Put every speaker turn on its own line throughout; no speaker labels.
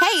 Hey,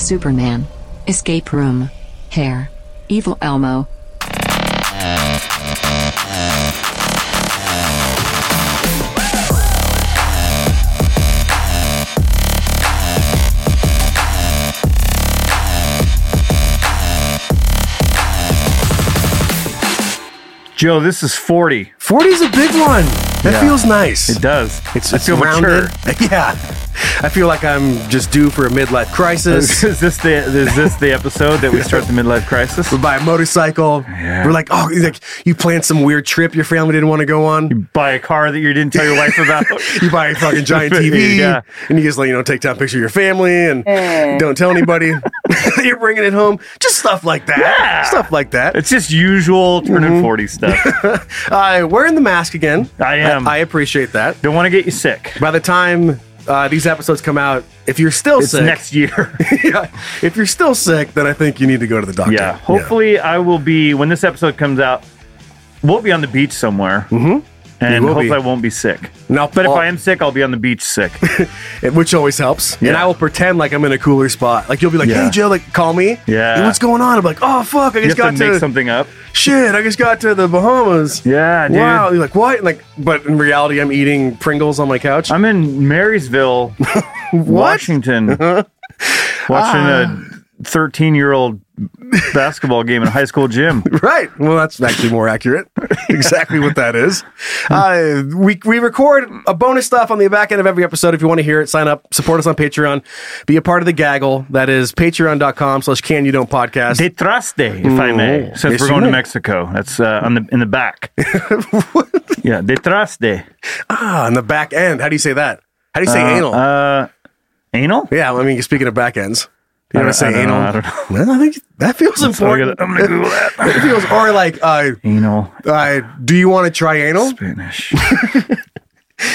Superman. Escape room. Hair. Evil Elmo.
Joe, this is 40.
40 is a big one. That
Yeah.
feels nice.
It does.
It's,
I
it's
feel
rounded.
mature.
Yeah. I feel like I'm just due for a midlife crisis.
Is this the is this the episode that we start the midlife crisis?
we buy a motorcycle. We're like, oh, like you plan some weird trip your family didn't want to go on.
Buy a car that you didn't tell your wife about.
You buy a fucking giant TV,
Yeah.
and you just like you know take down a picture of your family and don't tell anybody. You're bringing it home, just stuff like that, stuff like that.
It's just usual
Mm-hmm.
turning 40 stuff.
uh, wearing the mask again.
I am.
I, I appreciate that.
Don't want to get you sick.
By the time uh, these episodes come out, if you're still
It's
sick,
next year.
yeah, if you're still sick, then I think you need to go to the doctor.
Yeah. Hopefully, I will be when this episode comes out. We'll be on the beach somewhere, mm-hmm. and
will
hopefully,
be.
I won't be sick.
No,
but if
I'll-
I am sick, I'll be on the beach sick.
It- which always helps. And
Yeah.
I will pretend like I'm in a cooler spot. Like you'll be like,
Yeah.
"Hey Joe, like call me."
Yeah.
Hey, what's going on? I'm like, "Oh fuck, I
you
just
have to
got
make
to,
something up.
shit. I just got to the Bahamas."
Yeah, dude.
Wow. You're like, "What?" And like, but in reality, I'm eating Pringles on my couch.
I'm in Marysville, Washington,
Ah.
watching a 13 year old basketball game in a high school gym.
Right. Well, that's actually more accurate. exactly what that is. Uh, we, we record a bonus stuff on the back end of every episode. If you want to hear it, sign up, support us on Patreon, be a part of the gaggle. That is patreon.com slash can you don't podcast.
De Traste, if I may, since
Yes,
we're
you
going to
may.
Mexico. That's uh, on the in the back. yeah, De Traste.
ah, on the back end. How do you say that? How do you say anal?
Uh, anal?
yeah. I mean, speaking of back ends, you ever
don't-
say
I don't
anal?
know, I don't know.
Well, I think that feels
So I gotta-
important.
I'm going to Google that.
it feels, or like, uh,
Anal.
uh, do you want to try anal?
Spanish.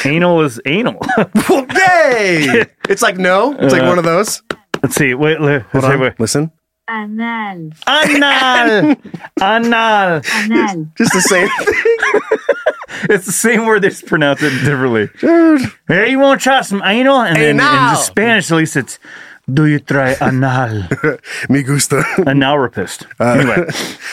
anal is anal.
Well, Yay! it's like, no. It's like
Uh,
one of those.
Let's see. Wait, li-
Hold
let's see,
on.
wait.
Listen.
Anal.
Anal. Anal.
Anal.
Just the same thing.
It's the same word. They just pronounce it differently. Hey, you want to try some anal? And then in
Anal.
Spanish, at least it's, do you try anal?
Me gusta.
Analropist.
Uh,
anyway.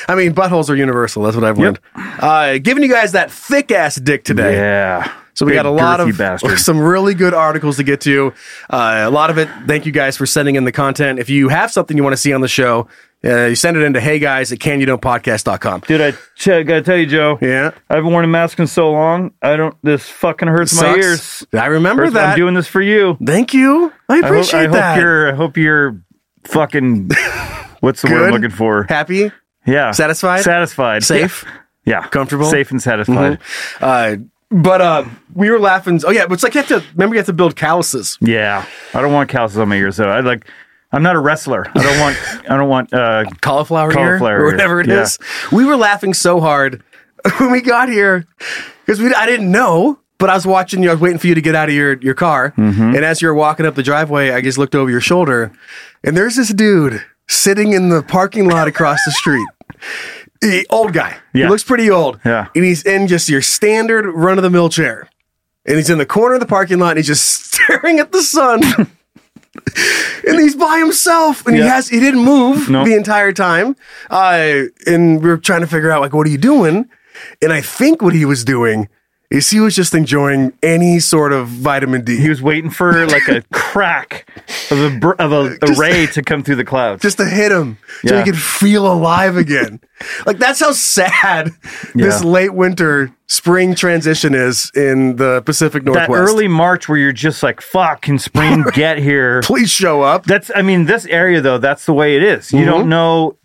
I mean, buttholes are universal. That's what I've learned. Uh, giving you guys that thick ass dick today.
Yeah.
So we
Big
got a lot
girthy
of
bastard.
some really good articles to get to. Uh, a lot of it. Thank you guys for sending in the content. If you have something you want to see on the show, uh, you send it in to hey guys at canyoudon'tpodcast.com.
Dude, I ch- gotta tell you, Joe.
Yeah.
I haven't worn a mask in so long. I don't. This fucking hurts my
Sucks.
ears.
I remember
Hurts-
that.
I'm doing this for you.
thank you. I
I hope,
appreciate
I
that.
hope you're. I hope you're fucking. What's the word I'm
Good?
looking for?
happy,
Yeah.
Satisfied?
Satisfied.
safe.
Yeah.
Comfortable?
Safe and satisfied.
Uh, but uh, we were laughing. Oh yeah, but it's like you have to remember you have to build calluses.
Yeah. I don't want calluses on my ears though. I like. I'm not a wrestler. I don't want. I don't want. Uh,
cauliflower, ear
Cauliflower
or
ear.
whatever it is.
Yeah.
We were laughing so hard when we got here because we I didn't know, but I was watching you. I was waiting for you to get out of your your car,
Mm-hmm.
and as you were walking up the driveway, I just looked over your shoulder, and there's this dude sitting in the parking lot across the street. He- old guy. He
Yeah.
looks pretty old.
Yeah.
And he's in just your standard run of the mill chair. And he's in the corner of the parking lot and he's just staring at the sun. and he's by himself and he
Yeah.
has he didn't move
No.
the entire time. Uh, and we were trying to figure out like what are you doing? And I think what he was doing is he was just enjoying any sort of vitamin D.
He was waiting for like a crack of a br- of a, a ray to come through the clouds.
just to hit him so
Yeah.
he could feel alive again. like that's how sad this
Yeah.
late winter spring transition is in the Pacific
that
Northwest.
early March where you're just like, "Fuck, can spring get here?"
please show up.
That's I mean, this area though, that's the way it is. You
Mm-hmm.
don't know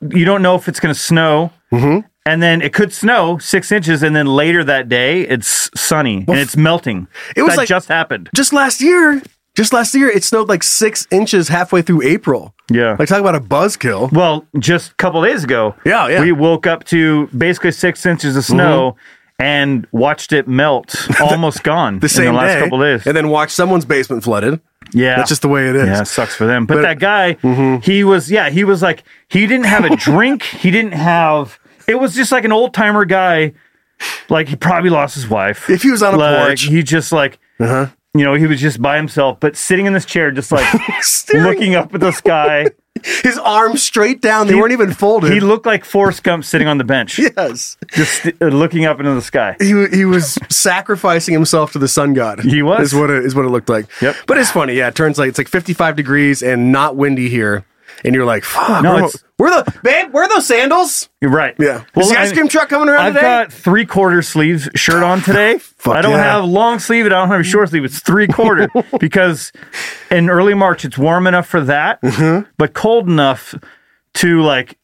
you don't know if it's gonna snow.
Mm-hmm.
And then it could snow six inches, and then later that day it's sunny and it's melting.
it was
that
like-
just happened.
Just last year, just last year, it snowed like six inches halfway through April.
Yeah.
Like talk about a buzzkill.
Well, just a couple days ago,
Yeah, yeah.
we woke up to basically six inches of snow and watched it melt, almost gone
Mm-hmm. The same
in the last
day,
couple days.
and then watch someone's basement flooded.
yeah,
That's just the way it is.
Yeah, it sucks for them. But,
But- Mm-hmm.
that guy, he was, yeah, he was like, he didn't have a drink. he didn't have, it was just like an old timer guy. Like, he probably lost his wife.
If he was on a
Like,
porch. Uh-huh.
He just like, you know, he was just by himself, but sitting in this chair, just like
Staring-
looking up at the sky.
his arms straight down. They weren't even folded.
He looked like Forrest Gump sitting on the bench,
yes.
just uh, looking up into the sky.
he wa- he was sacrificing himself to the sun god.
He was.
is what it, is what it looked like.
Yep.
But it's funny, yeah. It turns like it's like 55 degrees and not windy here, and you're like, fuck.
No,
where,
it's-
where the babe? Where are those sandals?
You're right.
Yeah. Is the
I
ice
mean,
cream truck coming around
I've
today?
got three quarter sleeve shirt on today.
Fuck
I don't
yeah.
have long sleeve and I don't have a short sleeve. It's three quarter because in early March it's warm enough for that,
Mm-hmm.
but cold enough to like.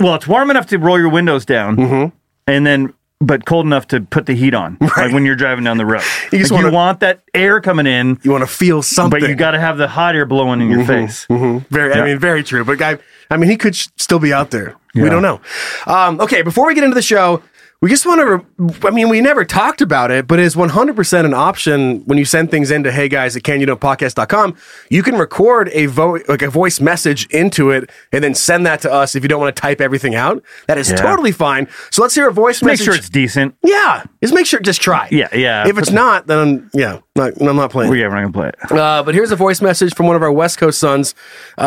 Well, it's warm enough to roll your windows down,
Mm-hmm.
and then but cold enough to put the heat on, like when you're driving down the road. You,
You just
like you
wanna-
want that air coming in,
You want to feel something? Mm-hmm.
but you got to have the hot air blowing in your face.
Very, I
Mm-hmm. Yeah.
mean, very true. But guy, I mean, he could sh- still be out there. We
Yeah.
don't know. Um, okay, before we get into the show, we just want to. Re- I mean, we never talked about it, but it's 100% an option when you send things into hey guys at canyoudon'tpodcast.com. You can record a vo- like a voice message into it and then send that to us if you don't want to type everything out. That is
Yeah.
totally fine. So let's hear a voice
Make
message.
sure it's decent.
yeah, just make sure. Just try.
Yeah, yeah.
If it's not, then yeah, not, I'm not playing.
Well, yeah, we're not gonna play it.
Uh, but here's a voice message from one of our West Coast sons, uh,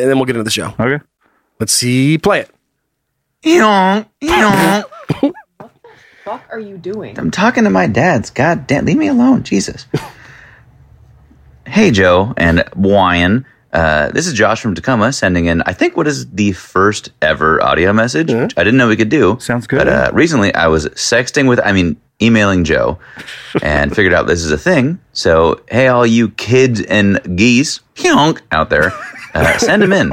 and then we'll get into the show.
Okay.
Let's see, play it.
fuck are you doing?
I'm talking to my dad's. God damn, leave me alone, Jesus. hey, Joe and Wyan. Uh, this is Josh from Tacoma sending in, I think, what is the first ever audio message, which I didn't know we could do.
Sounds good.
But uh, recently I was sexting with, I mean, emailing Joe and figured out this is a thing. So, hey, all you kids and geese yonk, out there, uh, send them in.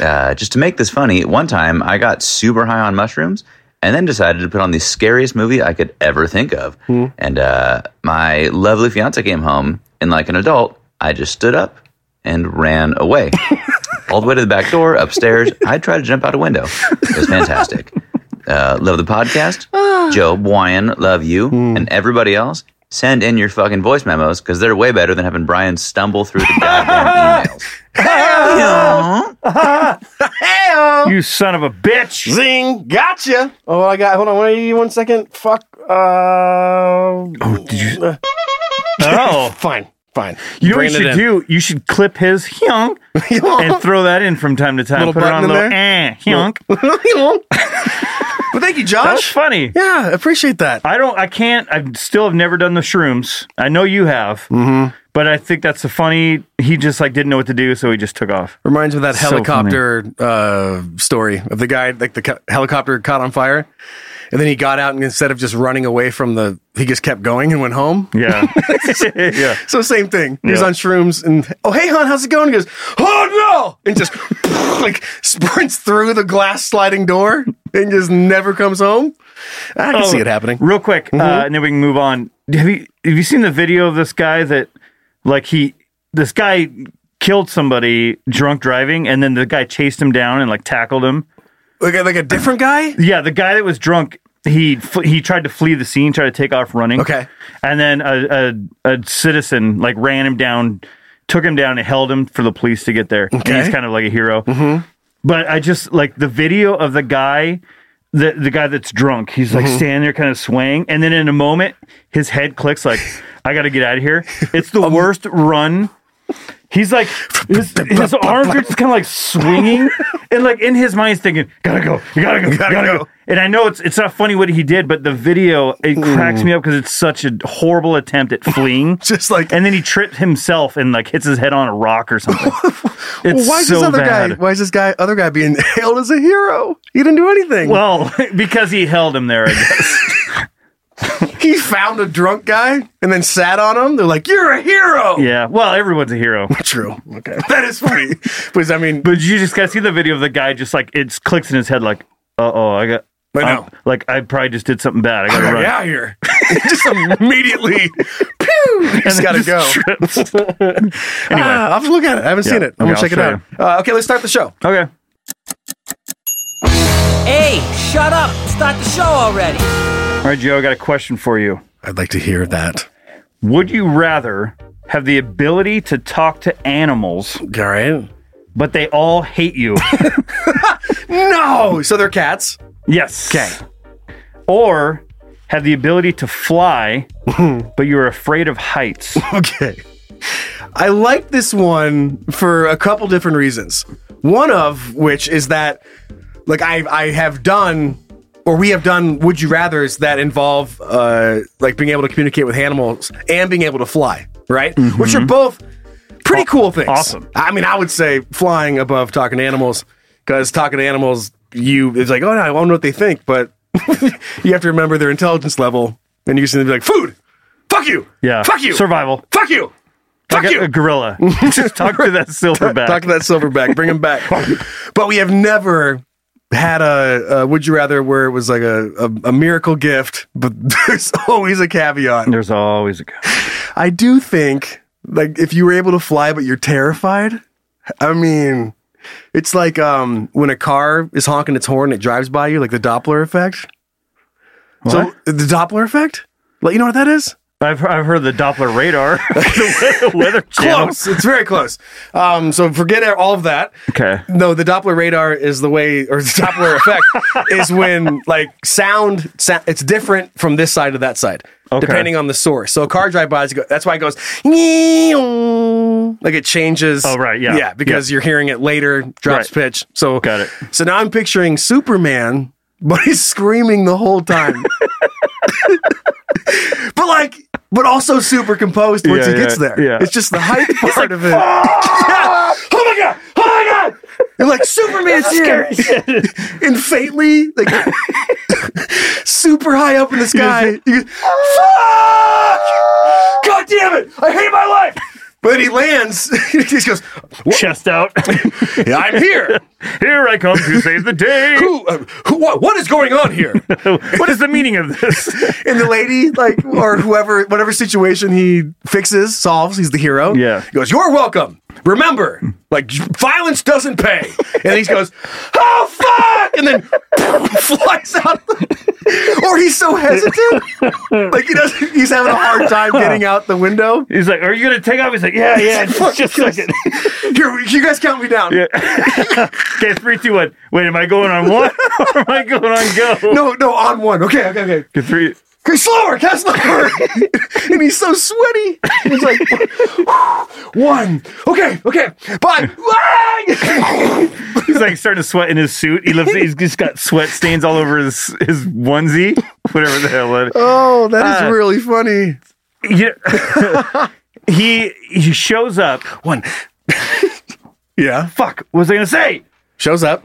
Uh, just to make this funny, one time I got super high on mushrooms and then decided to put on the scariest movie I could ever think of.
Hmm.
And uh, my lovely fiance came home, and like an adult, I just stood up and ran away. All the way to the back door, upstairs, I tried to jump out a window. It was fantastic. Uh, love the podcast.
Ah.
Joe, Brian, love you,
Hmm.
and everybody else. Send in your fucking voice memos because they're way better than having Brian stumble through the goddamn emails.
You son of a bitch.
Zing, gotcha. Oh, I got. Hold on, wait one second. Fuck. Uh, oh,
Did you? Oh.
fine, fine.
You know what you
Bringing it
should
in.
do? You should clip his hyunk and throw that in from time to time.
Little
Put it
button
on
in
a little
there?
eh, hyunk.
but thank you,
That's
Josh.
funny.
Yeah, appreciate that.
I don't. I can't. I still have never done the shrooms. I know you have,
Mm-hmm.
but I think that's a funny. He just like didn't know what to do, so he just took off.
Reminds me of that
So
helicopter uh, story of the guy, like the co- helicopter caught on fire, and then he got out, and instead of just running away from the, he just kept going and went home.
Yeah, yeah.
So same thing. He was
Yeah.
on shrooms and oh hey hon, how's it going? He goes, Oh no and just like sprints through the glass sliding door and just never comes home. I can
Oh.
see it happening. Mm-hmm.
Real quick, uh, and then we can move on. Have you have you seen the video of this guy that like he this guy killed somebody drunk driving, and then the guy chased him down and like tackled him.
Like a, like a different guy?
Yeah, the guy that was drunk, he fl- he tried to flee the scene, tried to take off running.
Okay.
and then a, a a citizen like ran him down, took him down, and held him for the police to get there. And
Okay. Mm-hmm.
he's kind of like a hero. But I just like the video of the guy. The, the guy that's drunk, he's like
Mm-hmm.
standing there kind of swaying. And then in a
Um,
moment, his head clicks like, I got to get out of here. It's the worst run He's like his, his arms are just kind of like swinging, and like in his mind, he's thinking, "Gotta go, you gotta go, you gotta, go. And I know it's it's not funny what he did, but the video it
Mm.
cracks me up because it's such a horrible attempt at fleeing.
Just like-
and then he trips himself and like hits his head on a rock or something. It's
why is
so
this other
bad.
guy? Why is this guy other guy being hailed as a hero? He didn't do anything.
Well, because he held him there, I guess.
he found a drunk guy and then sat on him. They're like, "You're a hero."
yeah. Well, everyone's a hero.
True. Okay, that is funny. Because I mean,
But you just gotta see the video of the guy just like it clicks in his head like, uh oh, I got
I know.
I'm- like I probably just did something bad. I gotta
get
run.
out of here. just immediately, pew, just
And
gotta
then
go.
just trips. anyway.
Ah, I'll have to look at it. I haven't seen
Yeah.
it. I'm
Okay,
gonna check it
I'll
out. Uh, okay, let's start the show.
okay.
Hey, shut up! Start the show already!
All right, Joe, I got a question for you.
I'd like to hear that.
Would you rather have the ability to talk to animals,
All right.
but they all hate you?
No. So they're cats.
yes. Okay. Or have the ability to fly, but you're afraid of heights.
Okay. I like this one for a couple different reasons. One of which is that, like, I I have done, or we have done, would you rather's that involve, uh, like, being able to communicate with animals and being able to fly, right? Which are both pretty cool things.
Mm-hmm. awesome.
I mean, I would say flying above talking to animals because talking to animals, you it's like, oh, no, I don't know what they think, but you have to remember their intelligence level, and you just gonna be like, food, fuck you,
Yeah.
fuck you,
Survival.
Fuck you. Fuck
like a-
you.
A, gorilla. Just talk to that silverback.
Talk to that silverback. Bring him back. but we have never had a, a would you rather where it was like a, a, a miracle gift, but there's always a caveat.
There's always a guy.
I do think like if you were able to fly but you're terrified, I mean it's like um, when a car is honking its horn, it drives by you, like the Doppler effect. So
What?
the Doppler effect? Like you know what that is?
I've, I've heard the Doppler radar, the we- weather channel.
Close. It's very close. Um, so forget all of that.
Okay.
No, the Doppler radar is the way, or the Doppler effect is when like sound, sa- it's different from this side to that side,
Okay.
depending on the source. So a car drive by, that's why it goes, "Nyeh-oh." like it changes.
Oh, right, yeah.
Yeah, because you're hearing it later, drops
Right.
pitch. So
Got it.
So now I'm picturing Superman, but he's screaming the whole time. but like, but also super composed once
Yeah,
he gets
yeah,
there.
yeah.
It's just the hype part of it. Yeah. Oh my god! Oh my god! And like Superman's here, and faintly, like super high up in the sky. he goes, Fuck! God damn it! I hate my life. But then he lands. he just goes,
Chest out.
"Yeah, "I'm here.
Here I come to save the day.
Who? Uh, who? What, what is going on here?"
what is the meaning of this?
And the lady, like, or whoever, whatever situation he fixes, solves, he's the hero.
Yeah.
He goes, You're welcome. Remember, like, violence doesn't pay. And he goes, Oh, fuck. And then flies out. or he's so hesitant. like, he doesn't, he's having a hard time getting out the window.
He's like, "Are you gonna take off?" He's like, "Yeah, yeah, just, just a second.
Here, you guys count me down.
okay, three, two, one. Wait, am I going on one or am I going on go?
No, no, on one. Okay, okay, okay.
Okay, three.
Okay, slower, cast slower. and he's so sweaty. He's like, one. Okay, okay. Bye.
He's like starting to sweat in his suit. He looks. He's just got sweat stains all over his his onesie, whatever the hell. It,
oh, that is
Uh,
really funny.
Yeah. he he shows up.
One. yeah.
Fuck, what was I gonna say?
Shows up,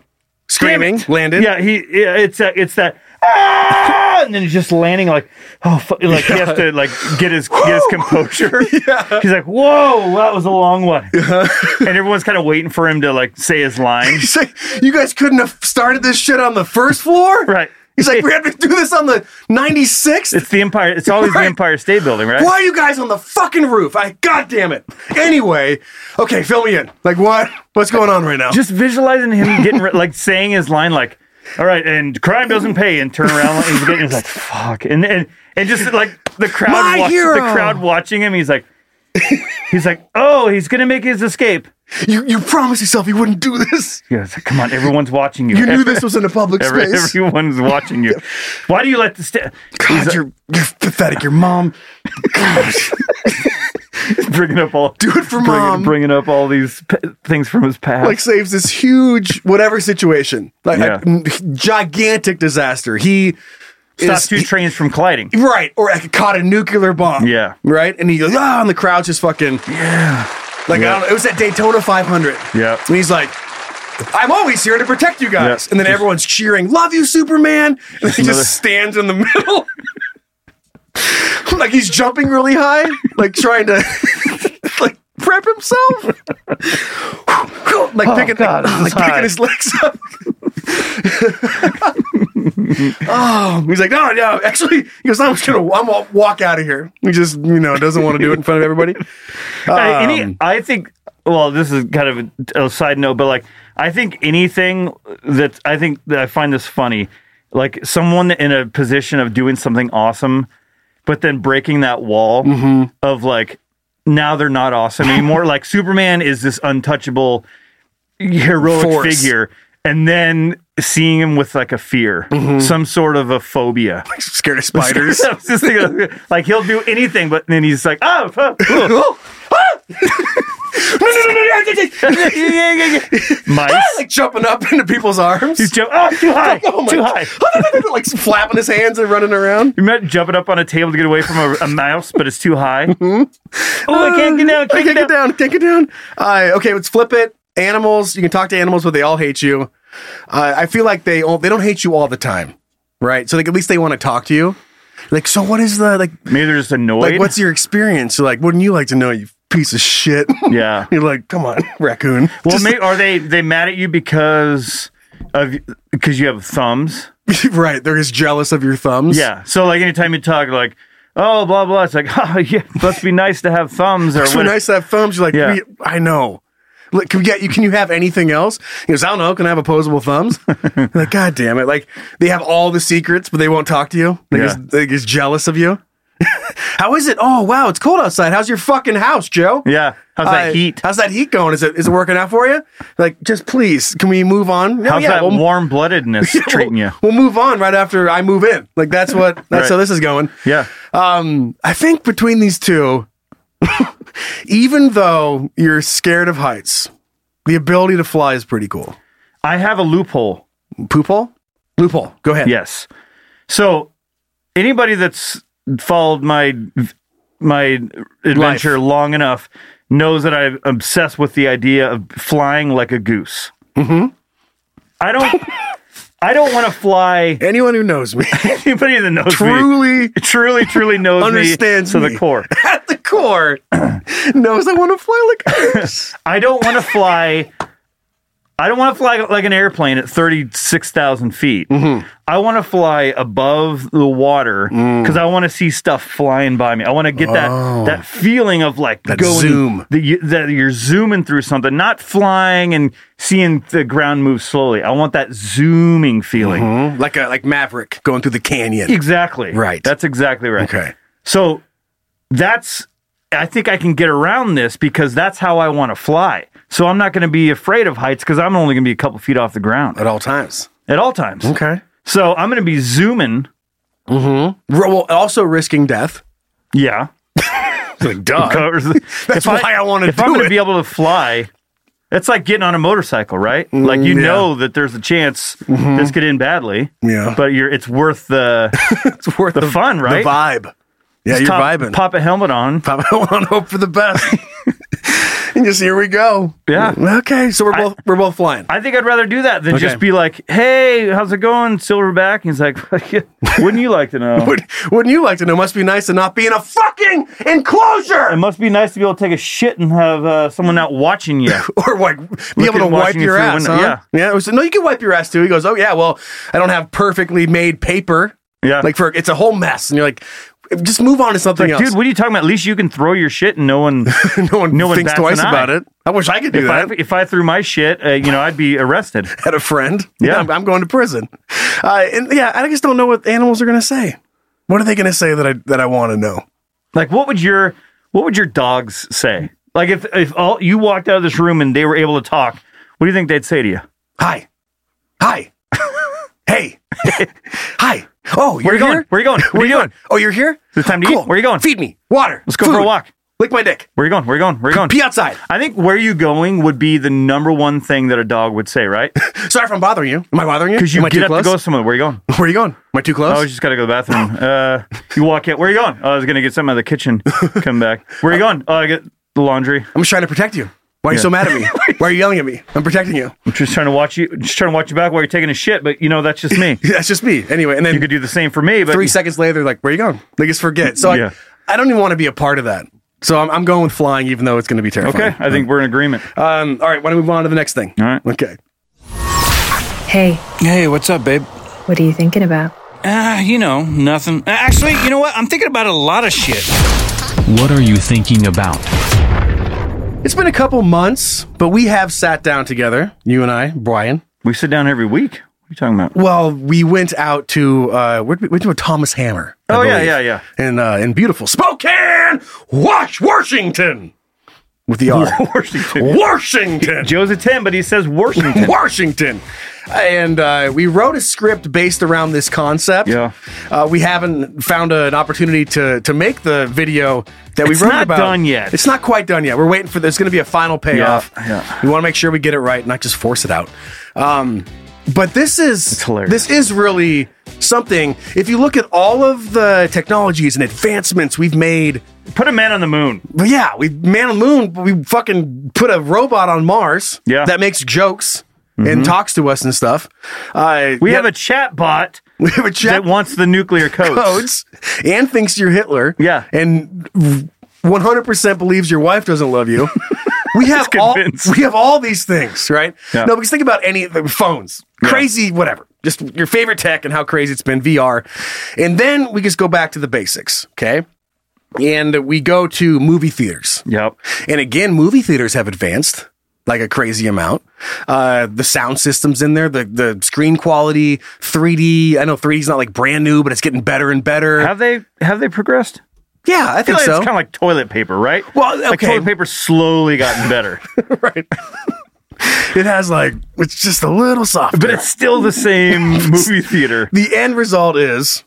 Damn it. Yeah, he. Yeah, it's that. It's that. Ah! And then he's just landing like, oh, fu- like he has to like get his get his composure. yeah. He's like, whoa, that was a long one. and everyone's kind of waiting for him to like say his line.
He's like, you guys couldn't have started this shit on the first floor?
Right.
He's like, we have to do this on the 96th?
It's the Empire. It's always
Right.
the Empire State Building, right?
Why are you guys on the fucking roof? I goddamn it. Anyway, okay, fill me in. Like what? What's going on right now?
Just visualizing him getting re- like saying his line like. All right, and crime doesn't pay, and turn around. like, He's getting he's like, "Fuck!" And and and just like the crowd,
My
watch-
hero.
the crowd watching him, he's like, he's like, "Oh, he's gonna make his escape."
you you promised yourself you wouldn't do this.
Yeah, it's like, come on, everyone's watching you.
You knew this was in a public
Every,
space.
everyone's watching you. Why do you let this? St-
God, you're, you're pathetic. Your mom. God.
bringing up all
Do it for
bringing,
mom.
Bringing up all these p- things from his past.
like saves this huge whatever situation, like
Yeah.
a gigantic disaster. He
Stop
is
two trains from colliding.
right, or like, caught a nuclear bomb.
Yeah.
right. And he goes, ah, and the crowd's just fucking yeah. Like I don't know, it was at Daytona 500.
Yeah.
and he's like. I'm always here to protect you guys.
Yeah.
And then everyone's cheering, Love you, Superman. And then he
another-
just stands in the middle. like he's jumping really high, like trying to like prep himself. like
Oh,
picking,
God, this is
like,
high.
picking his legs up. oh, he's like, no, no. Actually, he goes, I'm just gonna, I'm gonna walk out of here. He just, you know, doesn't want to do it in front of everybody.
I,
Um,
any, I think. Well, this is kind of a, a side note, but like, I think anything that I think that I find this funny, like someone in a position of doing something awesome, but then breaking that wall
Mm-hmm.
of like, now they're not awesome anymore. like Superman is this untouchable heroic
Force.
figure, and then seeing him with like a fear, some sort of a phobia.
Scared of Mm-hmm. spiders.
I was just thinking, like he'll do anything, but then he's like, oh, oh, oh.
No, no, no, no, no, no, no.
mice.
Ah, like jumping up into people's arms.
He's jump. Oh, too high.
Oh my
too
God.
high.
like flapping his hands and running around.
You meant jumping up on a table to get away from a, a mouse, but it's too high. Oh, I can't get down. I
Mm-hmm. I
Can't
can't
get down.
Can't get down. Uh, okay, let's flip it. Animals. You can talk to animals, but they all hate you. Uh, I feel like they all, they don't hate you all the time, right? So like at least they want to talk to you. Like, so what is the like?
Maybe they're just annoyed.
Like, what's your experience? You're like, wouldn't you like to know? You piece of shit.
yeah.
You're like, come on, raccoon.
Well,
Just-
may, are they they mad at you because of because you have thumbs?
right? They're just jealous of your thumbs.
Yeah. So like anytime you talk, like oh blah blah, it's like oh yeah, must be nice to have thumbs or
It's so
what-
nice to have thumbs. You're like,
Yeah.
we, I know. Like, can we get you? Can you have anything else? He goes, I don't know. Can I have opposable thumbs? I'm like, God damn it! Like, they have all the secrets, but they won't talk to you. They
Yeah.
just, they're just jealous of you. How is it? Oh wow, it's cold outside. How's your fucking house, Joe?
Yeah. How's
Uh,
that heat?
How's that heat going? Is it is it working out for you? Like, just please, can we move on? No,
How's
Oh, yeah,
that
we'll-
warm bloodedness
yeah,
treating
we'll-
you?
We'll move on right after I move in. Like that's what that's
Right.
how this is going.
Yeah.
Um, I think between these two, even though you're scared of heights, the ability to fly is pretty cool.
I have a loophole.
Poop hole? Loophole. Go ahead.
Yes. So anybody that's followed my my adventure long enough knows that I'm obsessed with the idea of flying like a goose. Mm-hmm. I don't. I don't want to fly.
Anyone who knows me
Anybody that knows me
truly
truly, truly knows
Understands
me to
me.
the core.
at the core knows I want to fly like a goose.
I don't want to fly. I don't want to fly like an airplane at thirty six thousand feet.
Mm-hmm.
I want to fly above the water
Mm.
because I want to see stuff flying by me. I want to get that that feeling of like
Oh. That
going
zoom.
that, you, that you're zooming through something, not flying and seeing the ground move slowly. I want that zooming feeling.
like a like Maverick going through the canyon.
Exactly.
Mm-hmm. Right.
That's exactly right.
Okay.
So that's I think I can get around this because that's how I want to fly. So I'm not going to be afraid of heights because I'm only going to be a couple feet off the ground
At all times.
at all times.
Okay.
So I'm going to be zooming.
Well, also risking death.
Yeah.
Like, duh.
Covers the-
Oh, That's
if I-
why I want to
if I'm
do
going to
it.
be able to fly, it's like getting on a motorcycle, right? Like you
Mm, yeah. Mm-hmm.
know that there's a chance this could end badly.
Yeah.
But you're it's worth the
it's worth
the fun, right?
The vibe. Yeah, you're
top-
vibing.
Pop a helmet on.
Pop I want to hope for the best. and just here we go.
Yeah.
Okay. So we're both we're both flying.
I think I'd rather do that than
Okay.
just be like, "Hey, how's it going, Silverback?" And he's like, "Wouldn't you like to know?"
Would, wouldn't you like to know? Must be nice to not be in a fucking
It
enclosure,
must be nice to be able to take a shit and have uh, someone not watching you.
or like be
Look
able to
at
wipe
watching you
your
through the
ass.
window.
huh? Yeah. Yeah. it was- no, you can wipe your ass too. He goes, oh yeah. Well, I don't have perfectly made paper.
Yeah,
Like for it's a whole mess, and you're like, just move on to something
Like,
else.
dude, what are you talking about? At least you can throw your shit and no one.
no one,
no one
thinks
bats
twice
an eye.
about it. I wish I could do
if, I,
that.
if I threw my shit, uh, you know, I'd be arrested.
Had a friend.
Yeah.
I'm, I'm going to prison. Uh, and yeah, I just don't know what animals are going to say. What are they going to say that I that I want to know?
Like, what would your what would your dogs say? Like, if if all you walked out of this room and they were able to talk, what do you think they'd say to you?
Hi. Hi. hey. Hi. Oh,
Where
you're
you
here?
going? Where you going? What are you doing?
Oh, you're here?
Is it time to eat? Where you going?
Feed me. Water.
Let's go for a walk.
Lick my dick.
Where you going? Where you going? Where you going?
Pee outside.
I think where you going would be the number one thing that a dog would say, right?
Sorry if I'm bothering you. Am I bothering you?
Because you
Am I
get
too
up
close?
to go somewhere. Where you going?
Where are you going? Am I too close?
Oh, I just gotta go to the bathroom. Uh, you walk in. Where you going? Oh, I was gonna get something out of the kitchen. Come back. Where you going? Oh, I get the laundry.
I'm just trying to protect you. Why are you so mad at me? Why are you yelling at me? I'm protecting you.
I'm just trying to watch you. Just trying to watch you back while you're taking a shit. But you know that's just me.
That's just me. Anyway, and then
You could do the same for me. But
three seconds later, they're like, "Where you going?" They just forget. So
Yeah.
I, I don't even want to be a part of that. So I'm, I'm going with flying, even though it's going to be terrifying.
okay, I think we're in agreement.
Um, all right. Why don't we move on to the next thing?
All right.
Okay.
Hey,
Hey, what's up, babe?
what are you thinking about?
Ah, you know, nothing. Uh, Actually, you know what? I'm thinking about a lot of shit.
What are you thinking about?
It's been a couple months, but we have sat down together, you and I, Brian.
We sit down every week. What are you talking about?
Well, we went out to uh, where'd we went to a Thomas Hammer. I
Oh, yeah,
believe,
yeah, yeah.
in uh, in beautiful Spokane, Wash Washington, with the R.
Washington.
Washington.
Joe's a ten, but he says Washington.
Washington. And uh, we wrote a script based around this concept.
Yeah.
Uh, we haven't found a- an opportunity to to make the video that we
It's
wrote
not
about.
done yet.
It's not quite done yet. We're waiting for there's going to be a final payoff.
Yeah, yeah.
We want to make sure we get it right, not just force it out. Um, but this is
hilarious.
this is really something. If you look at all of the technologies and advancements we've made
Put a man on the moon.
but yeah, we man on the moon. but We fucking put a robot on Mars.
Yeah. Mm-hmm.
that makes jokes and talks to us and stuff. Uh,
We
yeah,
have a chat bot
we have a
that
chat
wants the nuclear codes.
codes and thinks you're Hitler.
Yeah.
and 100 percent believes your wife doesn't love you. We have all
convinced.
we have all these things, right?
Yeah.
No, because think about any of the phones, crazy, whatever, just your favorite tech and how crazy it's been, VR, and then we just go back to the basics, okay? And we go to movie theaters.
Yep.
And again, movie theaters have advanced like a crazy amount. Uh, the sound systems in there, the the screen quality, 3D. I know 3D is not like brand new, but it's getting better and better.
Have they have they progressed?
yeah, I
I feel
think
like
so.
it's kind of like toilet paper, right?
Well,
like
okay.
toilet paper's slowly gotten better,
right. it has like it's just a little soft.
but it's still the same movie theater.
the end result is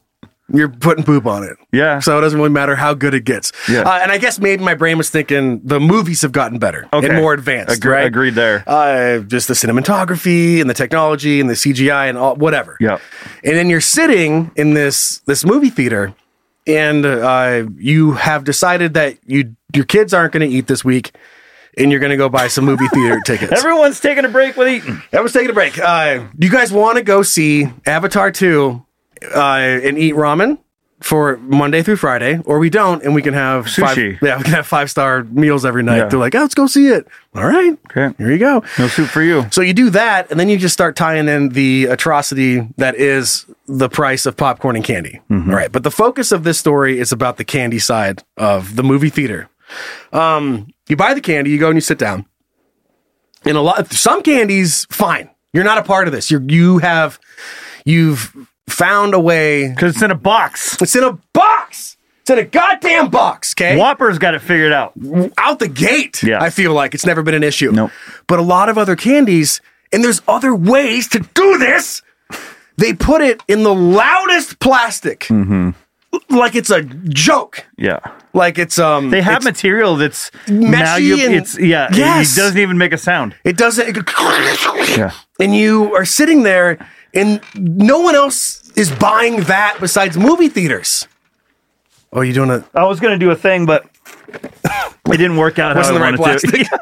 you're putting poop on it.
Yeah.
So it doesn't really matter how good it gets.
Yeah.
Uh, and I guess maybe my brain was thinking the movies have gotten better and more advanced.
Agre-
right?
Agreed there.
uh, just the cinematography and the technology and the CGI and all whatever.
Yeah.
And then you're sitting in this this movie theater, and uh, you have decided that you your kids aren't going to eat this week, and you're going to go buy some movie theater tickets.
Everyone's taking a break with eating.
Everyone's taking a break. Uh, do you guys want to go see Avatar two uh, and eat ramen? For Monday through Friday, or we don't, and we can have
Sushi.
Five, yeah, we can have five star meals every night.
Yeah.
They're like, oh, let's go see it. All right,
Okay.
here you go.
No soup for you.
So you do that, and then you just start tying in the atrocity that is the price of popcorn and candy. All right. But the focus of this story is about the candy side of the movie theater. Um, you buy the candy, you go and you sit down. And a lot, some candies, fine. You're not a part of this. You're, you have, you've found a way.
Because it's in a box.
It's in a box. It's in a goddamn box. Okay
Whopper's got it figured out.
out the gate.
Yeah.
I feel like it's never been an issue.
Nope.
But a lot of other candies, and there's other ways to do this. They put it in the loudest plastic,
Mm-hmm.
like it's a joke.
Yeah.
Like it's um.
They have
it's-
material that's now
Messy
you
and-
it's yeah, it-
Yes.
it doesn't even make a sound.
It doesn't. It, And you are sitting there, and no one else is buying that besides movie theaters. Oh, you doing a?
I was gonna do a thing, but it didn't work out
Wasn't
how I
the right
wanted to.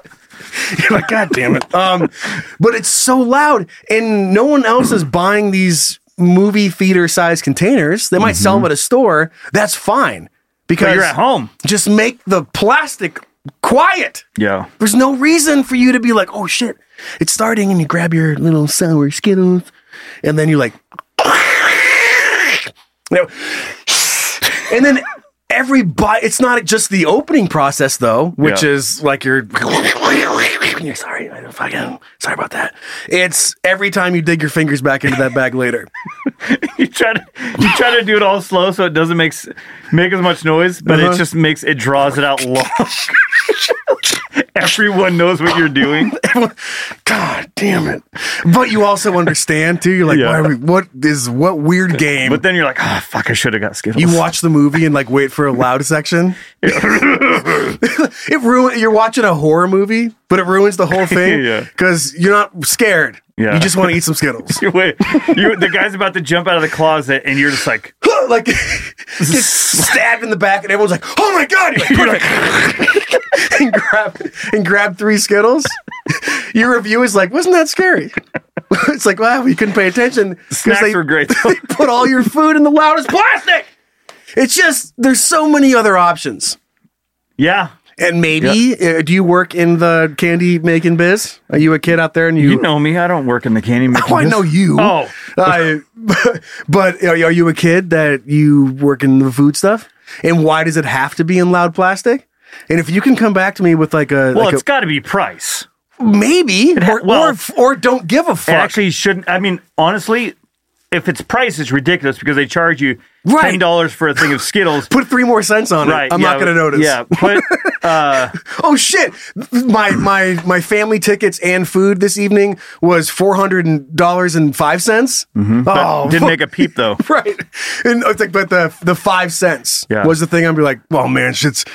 You're like, God damn it. Um, but it's so loud, and no one else is buying these movie theater size containers. They might sell them at a store. That's fine because
But you're at home.
Just make the plastic quiet.
Yeah.
There's no reason for you to be like, oh shit, it's starting, and you grab your little sour Skittles, and then you like, No. and then every bite. It's not just the opening process though, which
Yeah.
is like you're. You're sorry, I don't fucking sorry about that. It's every time you dig your fingers back into that bag later.
you try to you try to do it all slow so it doesn't make s- make as much noise, but
Uh-huh.
it just makes it draws it out long. Everyone knows what you're doing.
God damn it. But you also understand too. You're like, why are we, what is what weird game? But
then you're like, oh fuck, I should have got Skittles.
You watch the movie and like wait for a loud section. it ruin. You're watching a horror movie, but it ruins the whole
Yeah.
thing because you're not scared.
Yeah.
You just want to eat some Skittles.
You Wait, you, the guy's about to jump out of the closet, and you're just like,
like, just stabbed in the back, and everyone's like, "Oh my god!" You're like, "Perfect." and grab and grab three Skittles. Your review is like, "Wasn't that scary?" it's like, wow, you couldn't pay attention. 'cause
Snacks
they,
were great,
They put all your food in the loudest plastic. It's just there's so many other options.
Yeah.
And maybe uh, do you work in the candy making biz? Are you a kid out there and you
you know me, I don't work in the candy making.
Oh, I know
business.
you.
Oh,
I- but are you, are you a kid that you work in the food stuff? And why does it have to be in loud plastic? And if you can come back to me with like a
well,
like
it's
a-
got to be price.
maybe or, or or don't give a
It
fuck.
actually shouldn't. I mean, honestly, if it's price, it's ridiculous because they charge you
Right.
ten dollars for a thing of Skittles.
Put three more cents on
Right,
it. I'm
yeah,
not going to notice.
yeah, put,
oh shit! My my my family tickets and food this evening was four hundred dollars and five cents.
Mm-hmm. But
Oh,
didn't make a peep though.
right. And it's like, but the the five cents
Yeah.
was the thing. I'd be like, well, man, shit's.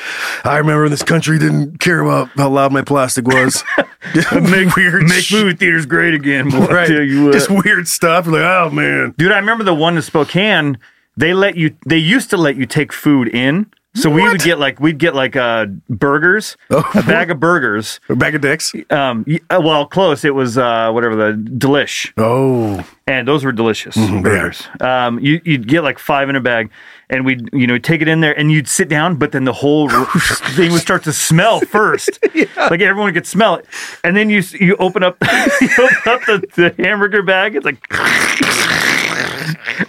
I remember when this country didn't care about how loud my plastic was.
make make movie theaters great again. Boy, I
Right.
tell you what.
Just weird stuff. Like, oh man,
dude. I remember the one in Spokane. They let you. They used to let you take food in. So we would get like we'd get like uh, burgers,
Oh.
a bag of burgers,
a bag of dicks.
Um, y- uh, well, close. It was uh, whatever the delish.
Oh,
and those were delicious
Mm-hmm. they are.
burgers. Um, you, you'd get like five in a bag, and we'd you know take it in there, and you'd sit down, but then the whole r- thing would start to smell first, like everyone could smell it, and then you s- you open up you open up the, the hamburger bag, it's like,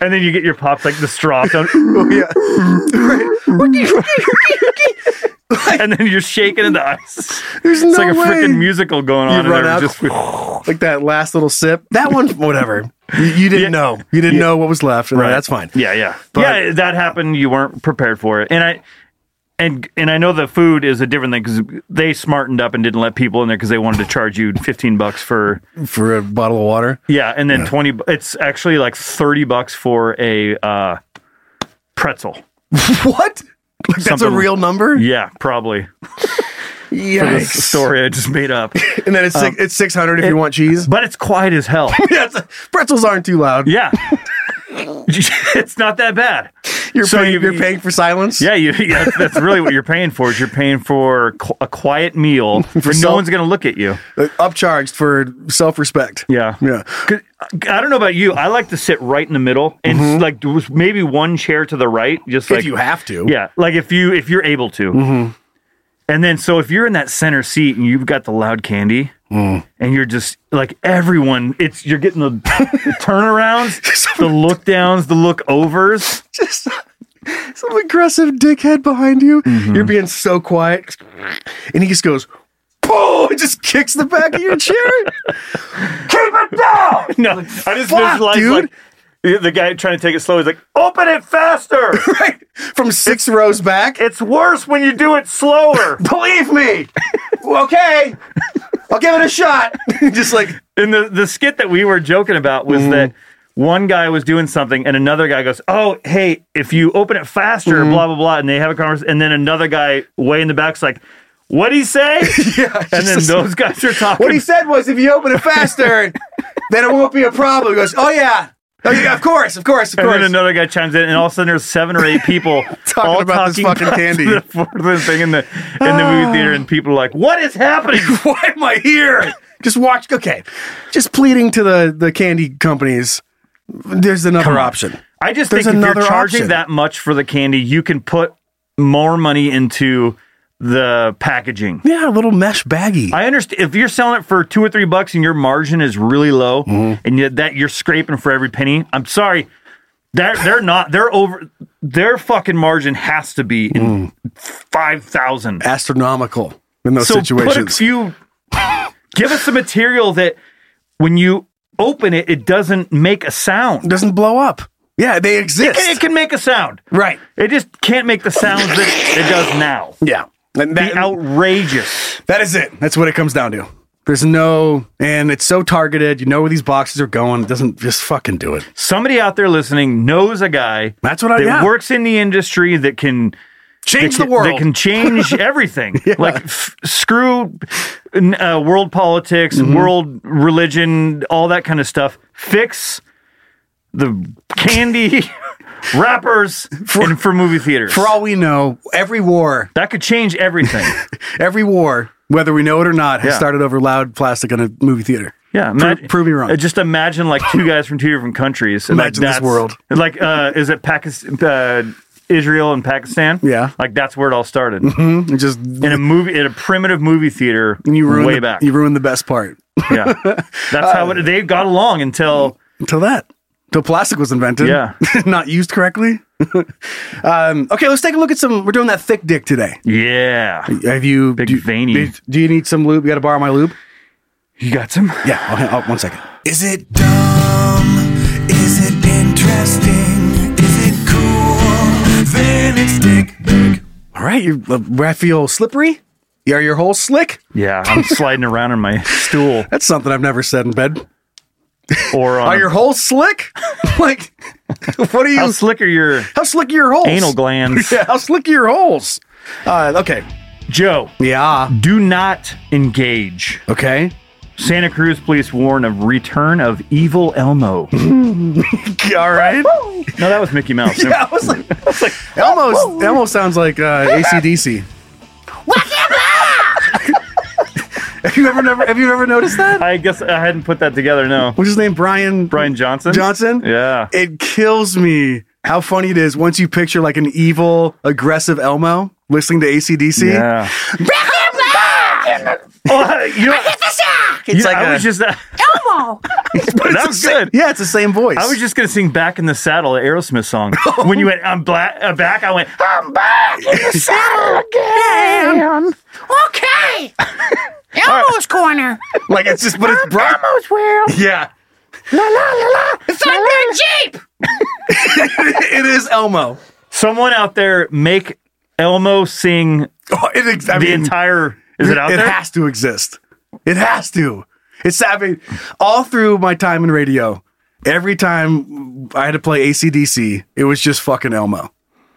and then you get your pops like the straw down,
Oh, yeah,
and then you're shaking in the ice.
There's
it's
no
like a
way.
freaking musical going on
You'd
in
run
there.
out.
Just with-
like that last little sip. That one, whatever. You, you didn't know. You didn't know what was left. and That's fine.
Yeah, yeah,
But-
yeah. That happened. You weren't prepared for it, and I, and and I know the food is a different thing because they smartened up and didn't let people in there because they wanted to charge you fifteen bucks for
For a bottle of water.
yeah, and then twenty. bu- It's actually like thirty bucks for a uh, pretzel.
what? Like, that's a
Something-
real number.
Yeah, probably. For
Yikes.
this story Um, I just made up.
And then it's six, it's six hundred if you want cheese.
But it's quiet as hell.
yes, pretzels aren't too loud.
Yeah. it's not that bad.
You're
So
paying,
you-
you, are paying for silence.
Yeah, you, yeah, that's- that's really what you're paying for. Is you're paying for qu- a quiet meal where no
self-
one's going to look at you.
Uh, upcharged for self-respect.
Yeah,
Yeah.
'Cause- I don't know about you. I like to sit right in the middle and s- like do- maybe one chair to the right, just
If
like
you have to.
Yeah, like if you if you're able to. And then so if you're in that center seat and you've got the loud candy and you're just like everyone, it's you're getting the, the turnarounds, the look downs, the look overs.
Just some aggressive dickhead behind you.
Mm-hmm.
You're being so quiet. And he just goes, Boom! It just kicks the back of your chair. Keep it down!
No, I just
fuck,
visualize
dude.
like the the guy trying to take it slow. He's like, open it faster.
Right? From six rows back.
it's worse when you do it slower.
Believe me. okay. I'll give it a shot. just like,
And the, the skit that we were joking about
Mm-hmm.
was that one guy was doing something and another guy goes, Oh, hey, if you open it faster,
Mm-hmm.
blah, blah, blah. And they have a conversation. And then another guy way in the back's like, What'd he say?
yeah.
and then
just-
those guys are talking.
What he said was, if you open it faster, then it won't be a problem. He goes, oh yeah, oh yeah, of course, of course, of
and
course.
then another guy chimes in, and all of a sudden there's seven or eight people
Talking
all
about this fucking candy.
The, the thing in the in the movie theater, and people are like, "What is happening?"
Why am I here? Just watch. Okay, just pleading to the the candy companies. There's another option.
I just
There's
think if you're
another
charging
option.
that much for the candy, you can put more money into the packaging.
Yeah, a little mesh baggie.
I understand if you're selling it for two or three bucks and your margin is really low,
Mm-hmm.
and yet that you're scraping for every penny. I'm sorry, they're they're not. They're over. Their fucking margin has to be in five thousand.
Astronomical in Mm. those
Put a
situations.
few, give us the material that when you open it, it doesn't make a sound.
doesn't blow up. Yeah, they exist.
It can make a sound.
right.
It just can't make the sounds that it does now.
Yeah. And
Be
that,
outrageous.
that is it. That's what it comes down to. There's no, and it's so targeted. You know where these boxes are going. It doesn't just fucking do it.
Somebody out there listening knows a guy.
That's what I-
that
yeah.
works in the industry that can
Change
that
the
can-
world.
That can change everything. Like f- screw n- uh, world politics,
Mm-hmm.
world religion, all that kind of stuff. Fix the candy wrappers and for movie theaters.
For all we know, every war
that could change everything.
every war, whether we know it or not, has
Yeah.
started over loud plastic in a movie theater.
Yeah,
Pro- prove me wrong.
uh, Just imagine like two guys from two different countries. and, like,
Imagine this
that's-
world.
Like, uh, is it Pakistan, uh, Israel and Pakistan?
Yeah.
like that's where it all started.
Mhm. It just
In a movie, in a primitive movie theater,
you ruined
way
the,
back.
You ruined the best part
yeah, that's how it, they got along until
until that. Until plastic was invented.
Yeah.
not used correctly. um, okay, let's take a look at some. We're doing that thick dick today.
yeah.
Have you big do,
veiny.
Do, do you need some lube? You got to borrow my lube.
You got some?
Yeah. I'll, hang- oh, one second.
Is it dumb? Is it interesting? Is it cool? Then it's dick.
All right, you. uh, I feel slippery. Are your holes slick?
Yeah, I'm sliding around in my stool.
That's something I've never said in bed.
Or on
Are your holes slick? like, what are you?
how slick are your
How slick are your holes?
anal glands?
Yeah, how slick are your holes? Uh, okay.
Joe,
Yeah.
do not engage.
Okay.
Santa Cruz police warn of return of evil Elmo.
All right.
No, that was Mickey Mouse.
yeah, I was like, Elmo's, Elmo sounds like uh, ACDC. have you ever never have you ever noticed that?
I guess I hadn't put that together. No,
What's his name? Brian
Brian Johnson.
Johnson?
Yeah,
It kills me how funny it is once you picture like an evil, aggressive Elmo listening to ACDC.
yeah. oh, you know,
It's
you know,
like
I
a-
was just that. that was good.
Yeah, it's the same voice.
I was just gonna sing "Back in the Saddle" the Aerosmith song. when you went, "I'm black, uh, back," I went, "I'm back in the saddle again."
Okay. Elmo's corner.
like it's just, but it's Brian.
Elmo's world.
Yeah,
La la la la. It's like that Jeep.
it is Elmo.
Someone out there make Elmo sing
Oh, it ex- I
the
mean,
entire. Is it out
it
there?
has to exist. It has to. It's I mean, all through my time in radio, every time I had to play ACDC, it was just fucking Elmo.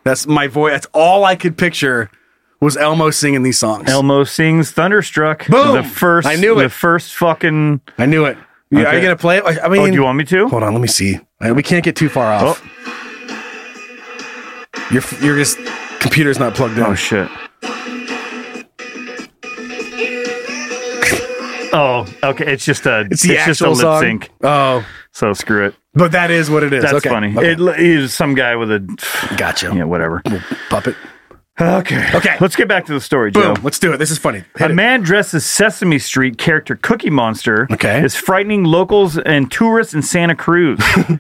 That's my voice. That's all I could picture was Elmo singing these songs.
Elmo sings "Thunderstruck."
Boom!
The first.
I knew
The
it.
first fucking.
I knew it. Yeah, are
Okay.
you gonna play it? I I mean,
oh, do you want me to?
hold on. Let me see. I- We can't get too far off. Your your just computer's not plugged in.
Oh shit. Oh, okay. It's just a.
it's the
just
actual
a lip
song.
sync.
Oh,
So screw it.
but that is what it is.
That's
okay.
funny.
Okay.
It is some guy with a.
gotcha.
Yeah, whatever.
Puppet.
Okay.
Okay.
Let's get back to the story, Joe.
Boom. Let's do it. This is funny. Hit
A
it.
man dressed as Sesame Street character Cookie Monster
Okay.
is frightening locals and tourists in Santa Cruz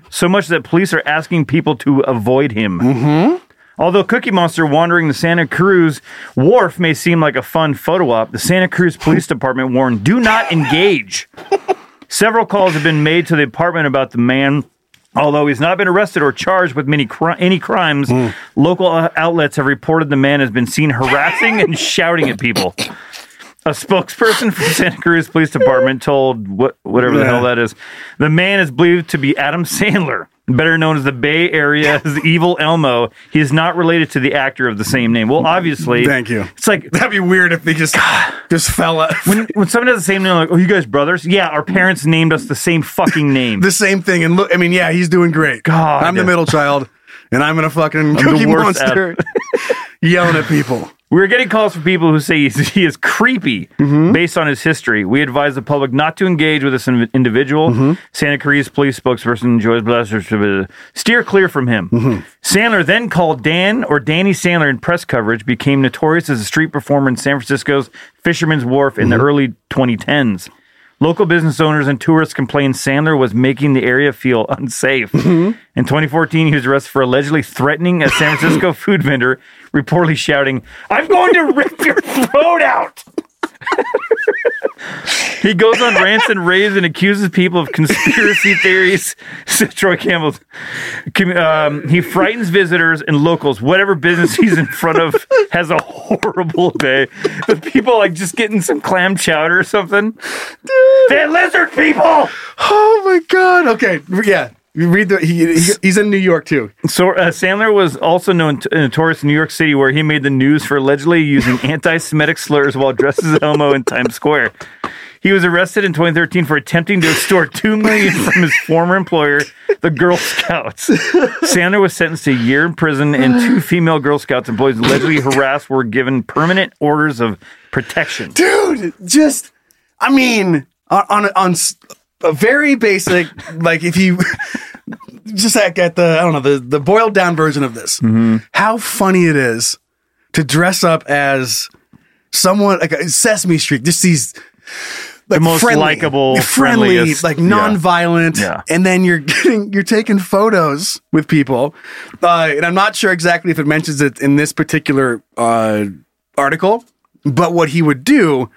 so much that police are asking people to avoid him.
Mm-hmm.
Although Cookie Monster wandering the Santa Cruz wharf may seem like a fun photo op, the Santa Cruz Police Department warned do not engage. Several calls have been made to the apartment about the man. Although he's not been arrested or charged with many cri- any crimes,
Hmm.
local uh, outlets have reported the man has been seen harassing and shouting at people. A spokesperson for Santa Cruz Police Department told what, whatever the hell that is, the man is believed to be Adam Sandler, better known as the Bay Area's Evil Elmo. He is not related to the actor of the same name. Well, obviously,
Thank you.
It's like
That'd be weird if they just just fell out.
when when someone has the same name, like, oh, you guys brothers? Yeah, our parents named us the same fucking name.
the same thing. And look, I mean, yeah, he's doing great.
God.
I'm the middle child, and I'm gonna fucking
the
cookie
worst at
monster yelling at people.
We're getting calls from people who say he's, he is creepy based on his history. We advise the public not to engage with this in- individual. Santa Cruz police spokesperson Joyce Blaster should, uh, steer clear from him. Sandler then called Dan or Danny Sandler in press coverage, became notorious as a street performer in San Francisco's Fisherman's Wharf in the early 2010s. Local business owners and tourists complained Sandler was making the area feel unsafe. In 2014, he was arrested for allegedly threatening a San Francisco food vendor, reportedly shouting, I'm going to rip your throat out. He goes on rants and raves and accuses people of conspiracy theories. Said Troy Campbell. Com- Um, he frightens visitors and locals. Whatever business he's in front of has a horrible day. The people like just getting some clam chowder or something. They're lizard people.
Oh my god. Okay. Yeah. Read the. He, he, he's in New York too.
So uh, Sandler was also known t- uh, notorious in New York City, where he made the news for allegedly using anti-Semitic slurs while dressed as a homo in Times Square. He was arrested in 2013 for attempting to extort two million from his former employer, the Girl Scouts. Sandler was sentenced to a year in prison, and two female Girl Scouts employees allegedly harassed were given permanent orders of protection.
dude just i mean on on, on s- a very basic like if you just like at the i don't know the, the boiled down version of this how funny it is to dress up as someone like a sesame street just these
The
like
most
friendly-
likable,
friendly,
friendliest-
like
yeah.
non-violent,
Yeah.
and then you're getting you're taking photos with people, uh, and I'm not sure exactly if it mentions it in this particular uh, article, but what he would do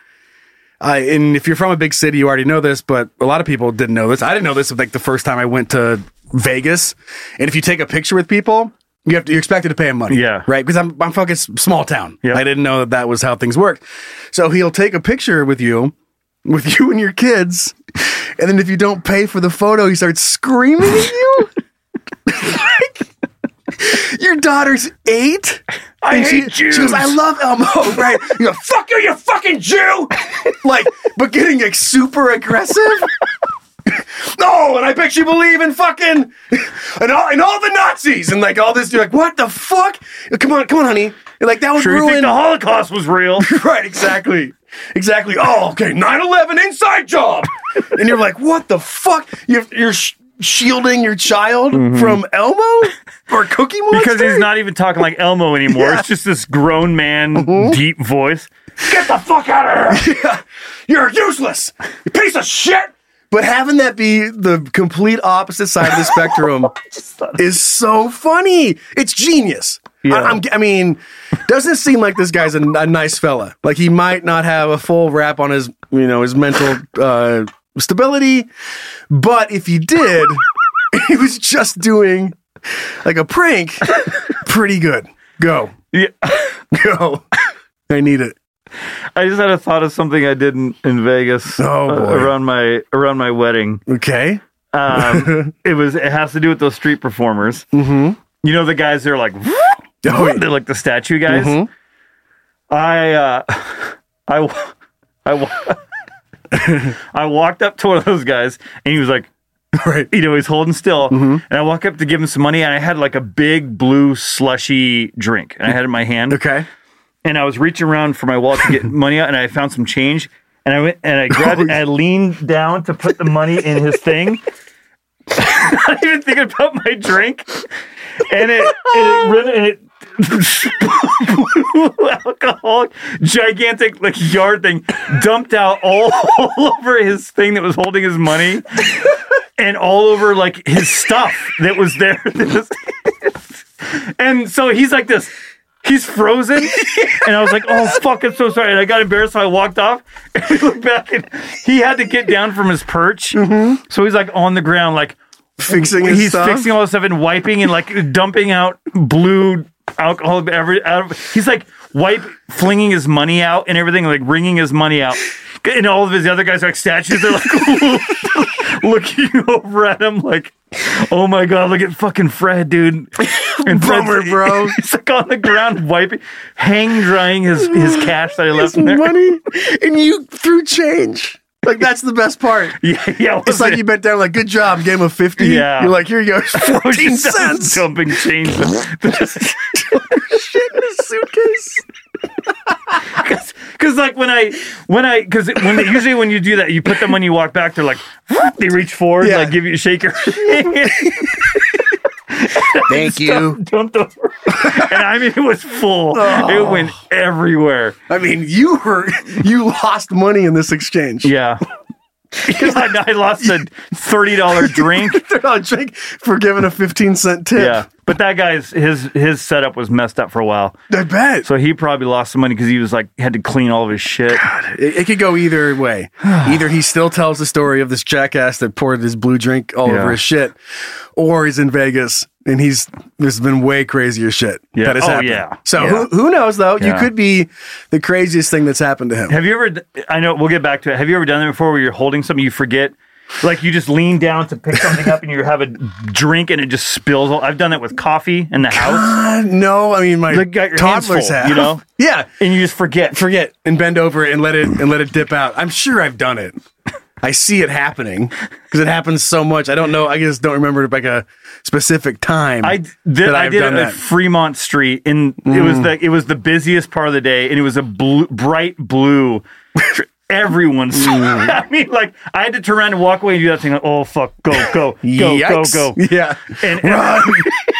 uh, and if you're from a big city, you already know this, but a lot of people didn't know this. I didn't know this like the first time I went to Vegas. And if you take a picture with people, you have to, you're expected to pay them money. Yeah. Right. Because I'm, I'm fucking s- small town. I didn't know that that was how things worked. So he'll take a picture with you, with you and your kids. And then if you don't pay for the photo, he starts screaming at you. Your daughter's eight.
I
And
hate
she, she goes,
Jews.
I love Elmo, right? You go, fuck you, you fucking Jew! like, but getting like super aggressive. No, and I bet you believe in fucking and all and all the Nazis and like all this. You're like, what the fuck? Come on, come on, honey. You're like that would
Sure you
ruin
think the Holocaust was real,
right? Exactly, exactly. Oh, okay, 9/11 inside job, and you're like, what the fuck? You're, you're sh- shielding your child from Elmo or Cookie Monster
Mm-hmm. Because he's not even talking like Elmo anymore. It's just this grown man, deep voice.
Uh-huh. Get the fuck out of here! You're useless! You piece of shit! But having that be the complete opposite side of the spectrum is so funny. It's genius. I, I'm, I mean, doesn't seem like this guy's a, a nice fella. Like he might not have a full wrap on his, you know, his mental uh, stability, but if he did, he was just doing like a prank. Pretty good. Go.
Yeah.
Go. I need it.
I just had a thought of something I did in, in Vegas uh,
Oh, boy.
around my around my wedding.
Okay.
Um, it was it has to do with those street performers.
Mm-hmm.
You know the guys they're like
Oh,
they're like the statue guys.
Mhm.
I uh I wa- I wa- I walked up to one of those guys and he was like
right. Mm-hmm.
you know he's holding still and I walk up to give him some money and I had like a big blue slushy drink and I had it in my hand.
Okay.
And I was reaching around for my wallet to get money out and I found some change and I went and I grabbed it and I leaned down to put the money in his thing. not even thinking about my drink. And it and it, rid- and it blue alcoholic gigantic like yard thing dumped out all, all over his thing that was holding his money and all over like his stuff that was there. that was- and so he's like this. He's frozen, and I was like, "Oh fuck, I'm so sorry." And I got embarrassed, so I walked off. And we looked back, and he had to get down from his perch, so he's like on the ground, like
Fixing his
He's
stuff?
fixing all this stuff and wiping and like dumping out blue alcohol. Every out of, he's like wipe flinging his money out and everything, like wringing his money out. And all of his other guys are like statues. They're like, looking over at him like, oh my god, look at fucking Fred, dude. And
Bummer, bro.
He's like on the ground wiping, hang drying his, his cash that I left in there.
money and you threw change. Like that's the best part.
Yeah, yeah.
It's like
wasn't
you bent down like good job, game of fifty.
Yeah.
You're like, here you go,
it? I was
fourteen
just- I was
cents.
Oh, Dumping change.
Shit in a suitcase.
Because like when I when I because when usually when you do that you put them when you walk back they're like they reach forward like give you a shaker.
Thank you.
Dumped over. and I mean it was full. It went everywhere.
I mean, you were you lost money in this exchange.
Yeah. Because I, I lost a thirty dollar drink.
$30 drink for giving a fifteen cent tip.
Yeah, but that guy's his his setup was messed up for a while.
I bet.
So he probably lost some money because he was like had to clean all of his shit.
It, it could go either way. either he still tells the story of this jackass that poured his blue drink all
Yeah.
over his shit, or he's in Vegas and he's there's been way crazier shit
Yeah.
that has
Oh,
happened.
yeah.
So
Yeah.
who who knows though? You
Yeah.
could be the craziest thing that's happened to him.
Have you ever? I know we'll get back to it. Have you ever done that before, where you're holding something you forget, like you just lean down to pick something up and you have a drink and it just spills. All, I've done that with coffee in the house.
Uh, no, I mean my
Like, got your hands
toddlers
full,
have.
you know?
yeah,
and you just forget,
forget, and bend over and let it and let it dip out. I'm sure I've done it. I see it happening because it happens so much. I don't know. I just don't remember like a specific time.
I did. I did it at Fremont Street, and it was
Mm.
the it was the busiest part of the day, and it was a blue, bright blue. Everyone's.
Mm.
I mean, like I had to turn around and walk away and do that thing. Like, oh fuck, go, go, go, go,
Yikes.
go.
Yeah.
And,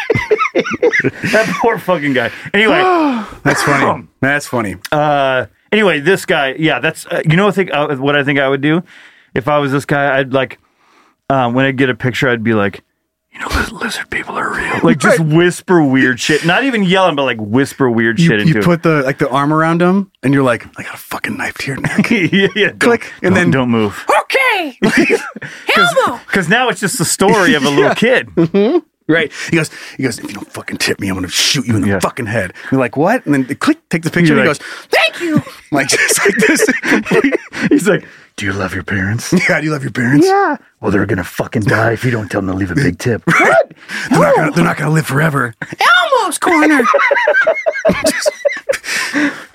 that poor fucking guy. Anyway,
that's funny. That's funny.
Uh, anyway, this guy. Yeah, that's uh, you know. I think uh, what I think I would do if I was this guy. I'd like uh, when I get a picture, I'd be like, lizard people are real. like just whisper weird shit. Not even yelling, but like whisper weird
You,
shit into
you
it.
put the like the arm around him, and you're like, I got a fucking knife to your neck.
yeah, yeah, click,
and then-
don't move.
Okay.
Because now it's just the story of a little
Yeah.
kid.
Mhm. Right. He goes, he goes, if you don't fucking tip me, I'm going to shoot you in the fucking head. You're like, what? And then click, take the picture.
You're
and
like-
he goes, thank you. like, just like this.
He's like, do you love your parents?
Yeah, do you love your parents?
Yeah. Well, they're gonna fucking die if you don't tell them to leave a big tip.
They're not gonna- they're not going to live forever.
Elmo's corner.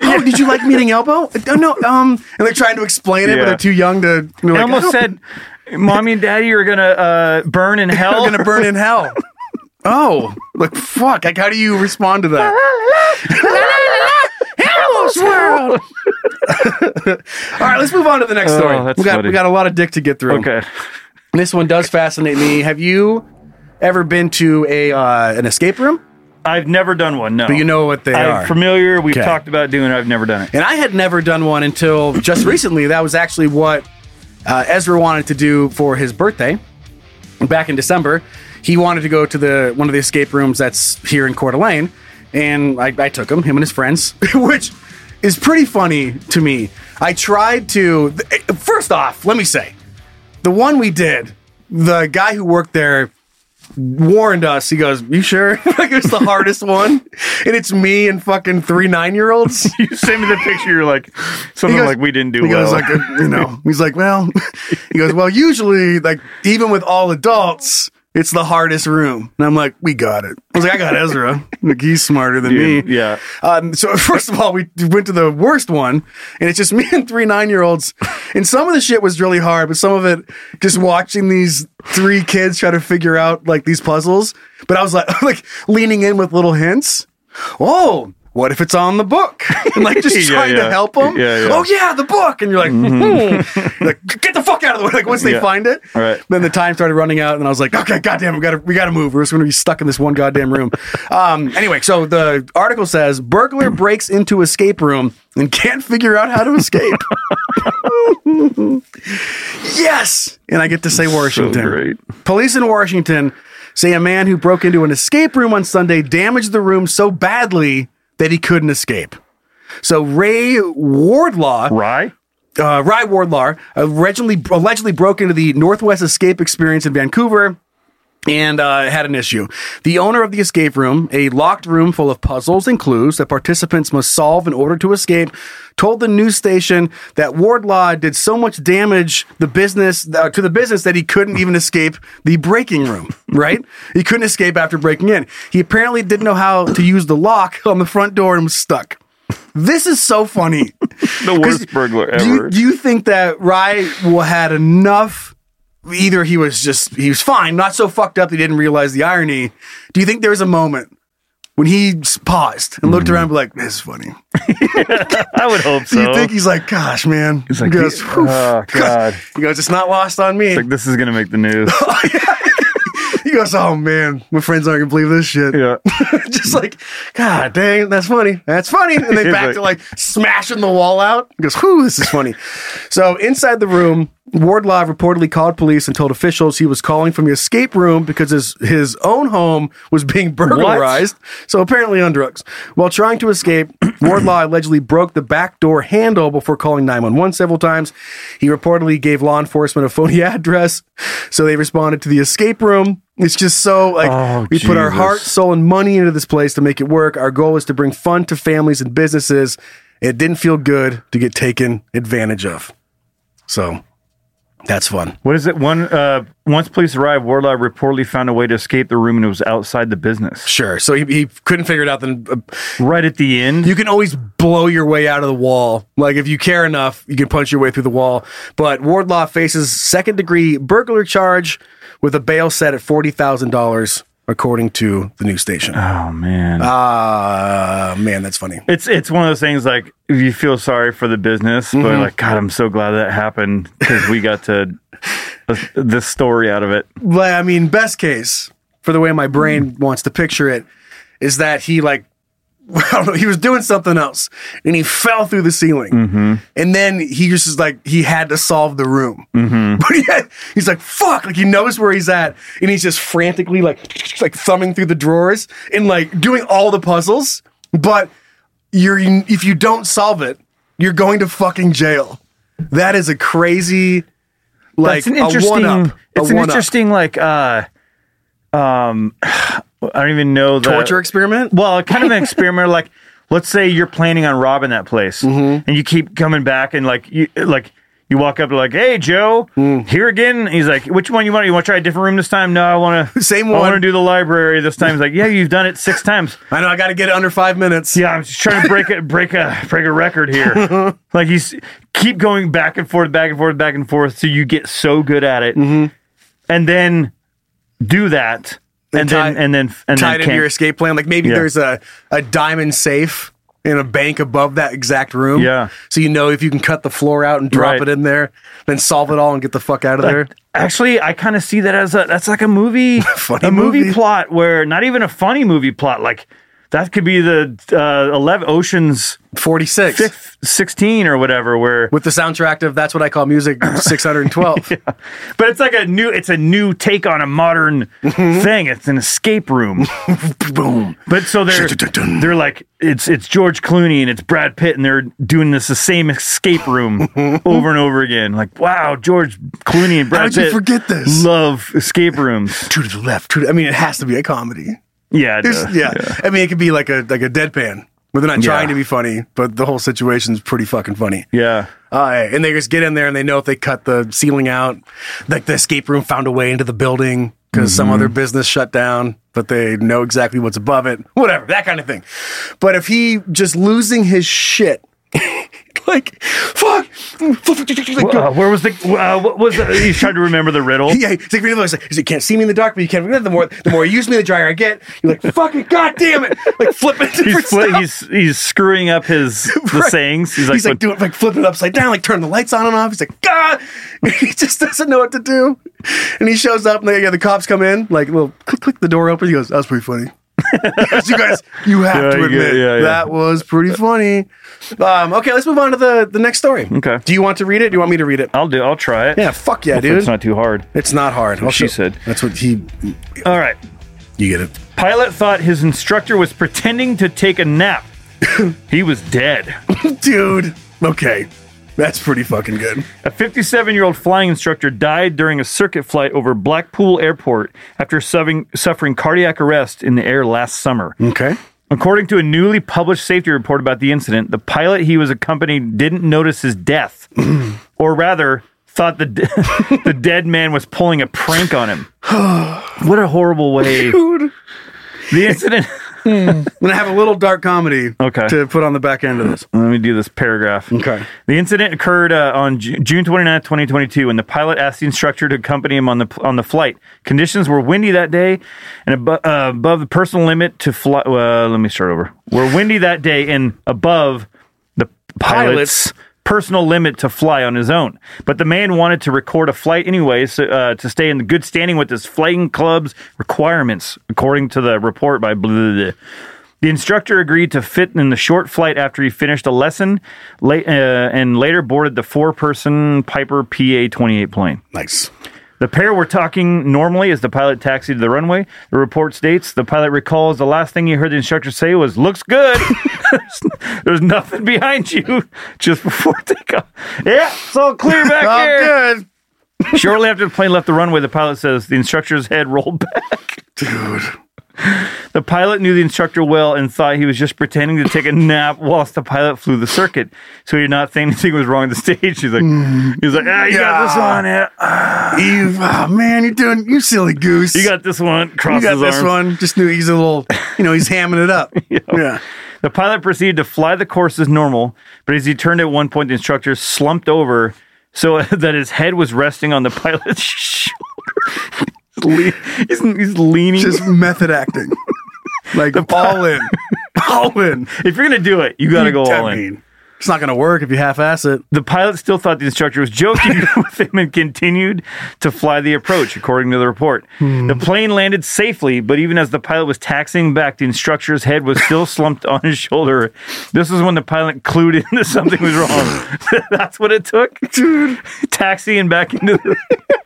Oh, did you like meeting Elbow? Uh, No, um, and they're trying to explain it, but
Yeah.
they're too young to. You know,
I
like,
almost
"Oh,
said, "Mommy and Daddy are gonna uh, burn in hell."
They're gonna burn in hell. Oh, like fuck! Like, how do you respond to that? Elmo's world. All right, let's move on to the next
Oh,
story.
that's
we got
funny.
we got a lot of dick to get through.
Okay.
This one does fascinate me. Have you ever been to a uh, an escape room?
I've never done one. No,
But you know what they
I'm
are.
Familiar. We've
Okay.
talked about doing. it. I've never done it.
And I had never done one until just recently. That was actually what uh, Ezra wanted to do for his birthday back in December. He wanted to go to the one of the escape rooms that's here in Coeur d'Alene, and I, I took him, him and his friends, which is pretty funny to me. I tried to. th- First off, let me say, the one we did, the guy who worked there warned us. He goes, "You sure?" like it was the hardest one, and it's me and fucking three nine year olds.
you send me the picture. You're like something like we didn't do
He
well.
goes like, uh, you know, he's like, well, he goes, well, usually like even with all adults. It's the hardest room. And I'm like, we got it. I was like, I got Ezra. Like, he's smarter than
Dude,
me.
yeah.
Um, so, first of all, we went to the worst one, and it's just me and three nine year olds. And some of the shit was really hard, but some of it just watching these three kids try to figure out like these puzzles. But I was like, like leaning in with little hints. Oh, what if it's on the book? And like just
Yeah,
trying
yeah.
to help them.
Yeah, yeah.
Oh, yeah, the book. And you're like, hmm. like, get the fuck out of the way. Like, once they
Yeah.
find it.
All right.
Then the time started running out, and I was like, okay, goddamn, we gotta we gotta move. We're just gonna be stuck in this one goddamn room. um, anyway, so the article says burglar breaks into escape room and can't figure out how to escape. yes, and I get to say Washington. Police in Washington say a man who broke into an escape room on Sunday damaged the room so badly that he couldn't escape. So Ray Wardlaw,
Rye,
uh, Ray Wardlaw, allegedly allegedly broke into the Northwest Escape Experience in Vancouver and uh, had an issue. The owner of the escape room, a locked room full of puzzles and clues that participants must solve in order to escape, told the news station that Wardlaw did so much damage the business uh, to the business that he couldn't even escape the breaking room. Right? he couldn't escape after breaking in. He apparently didn't know how to use the lock on the front door and was stuck. This is so funny.
the worst burglar
Do
ever.
you, do you think that Rye will had enough? Either he was just he was fine, not so fucked up that he didn't realize the irony. Do you think there was a moment when he s- paused and looked around, and be like, "This is funny."
I would hope Mm-hmm.
Do
so.
you think he's like, "Gosh, man"?
He's like,
he goes,
"Oh,
"Oof."
God."
He goes, "It's not lost on me."
It's like this is gonna make the news.
He goes, "Oh man, my friends aren't gonna believe this shit."
Yeah,
just like, God dang, that's funny. That's funny. And they
He's
back
like-
to like smashing the wall out. He goes, "Whew, this is funny." so inside the room, Wardlaw reportedly called police and told officials he was calling from the escape room because his his own home was being burglarized. So apparently on drugs. While trying to escape, Wardlaw allegedly broke the back door handle before calling 911 several times. He reportedly gave law enforcement a phony address, so they responded to the escape room. It's just so like we put our
Jesus.
heart, soul, and money into this place to make it work. Our goal is to bring fun to families and businesses. It didn't feel good to get taken advantage of. So that's fun.
What is it? One uh, once police arrived, Wardlaw reportedly found a way to escape the room and it was outside the business.
Sure. So he, he couldn't figure it out. Then uh,
right at the end,
you can always blow your way out of the wall. Like if you care enough, you can punch your way through the wall. But Wardlaw faces second degree burglar charge with a bail set at forty thousand dollars, according to the news station.
Oh man.
Ah man, that's funny.
It's it's one of those things like you feel sorry for the business, but
Mhm.
like God, I'm so glad that happened because we got to this story out of it.
But I mean, best case for the way my brain
Hmm.
wants to picture it is that he like I don't know, he was doing something else and he fell through the ceiling. And then he just is like he had to solve the room.
Mm-hmm.
But he had, he's like, fuck, like he knows where he's at. And he's just frantically like, like thumbing through the drawers and like doing all the puzzles. But you're, if you don't solve it, you're going to fucking jail. That is a crazy, like
That's an
a one up.
interesting. It's an interesting like uh, um, I don't even know the
Torture experiment.
Well, kind of an experiment. Like, let's say you're planning on robbing that place,
Mm-hmm.
and you keep coming back, and like you like. You walk up like, "Hey, Joe,
Mm.
here again." He's like, "Which one you want? You want to try a different room this time?" No, I want to
Same
I want to
one.
do the library this time. He's like, "Yeah, you've done it six times."
I know. I got to get it under five minutes.
Yeah, I'm just trying to break a break a break a record here. like you s- keep going back and forth, back and forth, back and forth, so you get so good at it,
Mm-hmm.
and then do that, and, then and then and then
tied into
can't-
your escape plan. Like maybe
Yeah.
there's a, a diamond safe in a bank above that exact room.
Yeah.
So you know if you can cut the floor out and drop
Right.
it in there, then solve it all and get the fuck out of
Like,
there.
Actually, I kind of see that as a that's like a movie, a movie, plot where not even a funny movie plot. Like that could be the uh, Eleven Oceans
forty six,
fifth, sixteen or whatever. Where
with the soundtrack of that's what I call music 612.
but it's like a new it's a new take on a modern thing. It's an escape room.
Mm-hmm. Boom.
But so they're they're like it's it's George Clooney and it's Brad Pitt and they're doing this the same escape room over and over again. Like wow, George Clooney and Brad
How'd you
Pitt.
forget this?
Love escape rooms.
Two to the left. Two to, I mean, it has to be a comedy.
Yeah, it
It's-
does.
yeah. I mean, it could be like a like a deadpan where they're not
Yeah.
trying to be funny, but the whole situation's pretty fucking funny.
Yeah.
Uh, and they just get in there and they know if they cut the ceiling out, like the escape room found a way into the building because some
Mhm.
other business shut down, but they know exactly what's above it, whatever, that kind of thing. But if he just losing his shit, like, fuck,
Wh- uh, where was the uh, what was the, he's trying to remember the riddle.
yeah, he's like, he's like, you can't see me in the dark, but you can't. The more, the more you use me, the drier I get. You're like, fucking goddamn it, like flipping. different
He's, fli-
stuff.
he's he's screwing up his the
Right.
sayings. He's
He's
like,
like, doing like flipping it upside down, like turning the lights on and off. He's like, God, he just doesn't know what to do. And he shows up, and they, yeah, the cops come in, like, little click, click the door open. He goes, "That's pretty funny." you guys, you have
Yeah,
to
you get-
admit
yeah, yeah.
that was pretty funny. Um, okay, let's move on to the the next story.
Okay.
Do you want to read it? Do you want me to read it?
I'll do. I'll try it.
Yeah, fuck yeah,
Hopefully
dude.
It's not too hard.
It's not hard.
That's what
I'll
she
show-
said.
That's what he.
All right.
You get it.
Pilot thought his instructor was pretending to take a nap. he was dead.
Dude, okay. That's pretty fucking good.
A 57 year old flying instructor died during a circuit flight over Blackpool Airport after suffering, suffering cardiac arrest in the air last summer.
Okay.
According to a newly published safety report about the incident, the pilot he was accompanying didn't notice his death, or rather, thought the, de- the dead man was pulling a prank on him. what a horrible way.
Dude.
The incident.
I'm gonna have a little dark comedy
Okay.
to put on the back end of this.
Let me do this paragraph.
Okay.
The incident occurred uh, on Ju- June 29, 2022, when the pilot asked the instructor to accompany him on the on the flight. Conditions were windy that day, and abo- uh, above the personal limit to fly. Uh, let me start over. Were windy that day and above the pilot's,
Pilot's
personal limit to fly on his own. But the man wanted to record a flight anyway so, uh, to stay in good standing with his flying club's requirements, according to the report by blah, blah, blah. The instructor agreed to fit in the short flight after he finished a lesson late, uh, and later boarded the four person Piper PA 28 plane.
Nice.
The pair were talking normally as the pilot taxied to the runway. The report states the pilot recalls the last thing he heard the instructor say was, Looks good. There's nothing behind you just before takeoff. Yeah, it's all clear back
All
here. good. Shortly after the plane left the runway, the pilot says the instructor's head rolled back. Dude. The pilot knew the instructor well and thought he was just pretending to take a nap whilst the pilot flew the circuit. So he did not think anything was wrong at the stage. He's like, he's like, ah, you got this one. Yeah. Ah.
You, oh, man, you're doing, you silly goose. You
got this one.
you
Cross
got
his
this
arms.
one. Just knew he's a little, you know, he's hamming it up. Yeah.
The pilot proceeded to fly the course as normal, but as he turned at one point, the instructor slumped over so that his head was resting on the pilot's shoulder. He's le- he's, he's leaning.
Just method acting. Like all in. All in.
If you're going to do it, you got to go all in.
It's not going to work if you half ass it.
The pilot still thought the instructor was joking with him and continued to fly the approach, according to the report. The plane landed safely, but even as the pilot was taxiing back, the instructor's head was still slumped on his shoulder. This is when the pilot clued in that something was wrong. That's what it took. Dude. Taxiing back into the.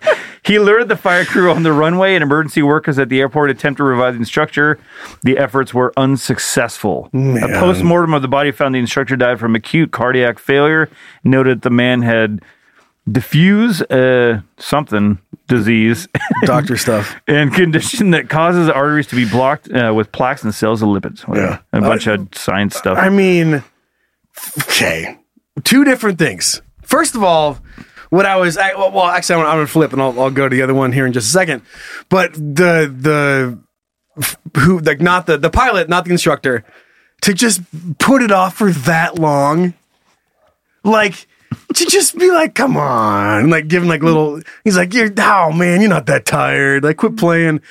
he lured the fire crew on the runway and emergency workers at the airport attempt to revive the instructor. The efforts were unsuccessful. A
Man.
post mortem of the body found the instructor died from acute cardiac failure. Noted the man had diffuse uh, something disease,
doctor stuff,
and condition that causes arteries to be blocked uh, with plaques and cells of lipids. Whatever.
Yeah.
a bunch of science stuff.
I mean, okay, two different things. First of all, what I was I, well, well, actually, I'm gonna, I'm gonna flip, and I'll, I'll go to the other one here in just a second. But the the f- who like not the the pilot, not the instructor, to just put it off for that long, like. To just be like, come on, like giving like little. He's like, you're oh man, you're not that tired. Like, quit playing.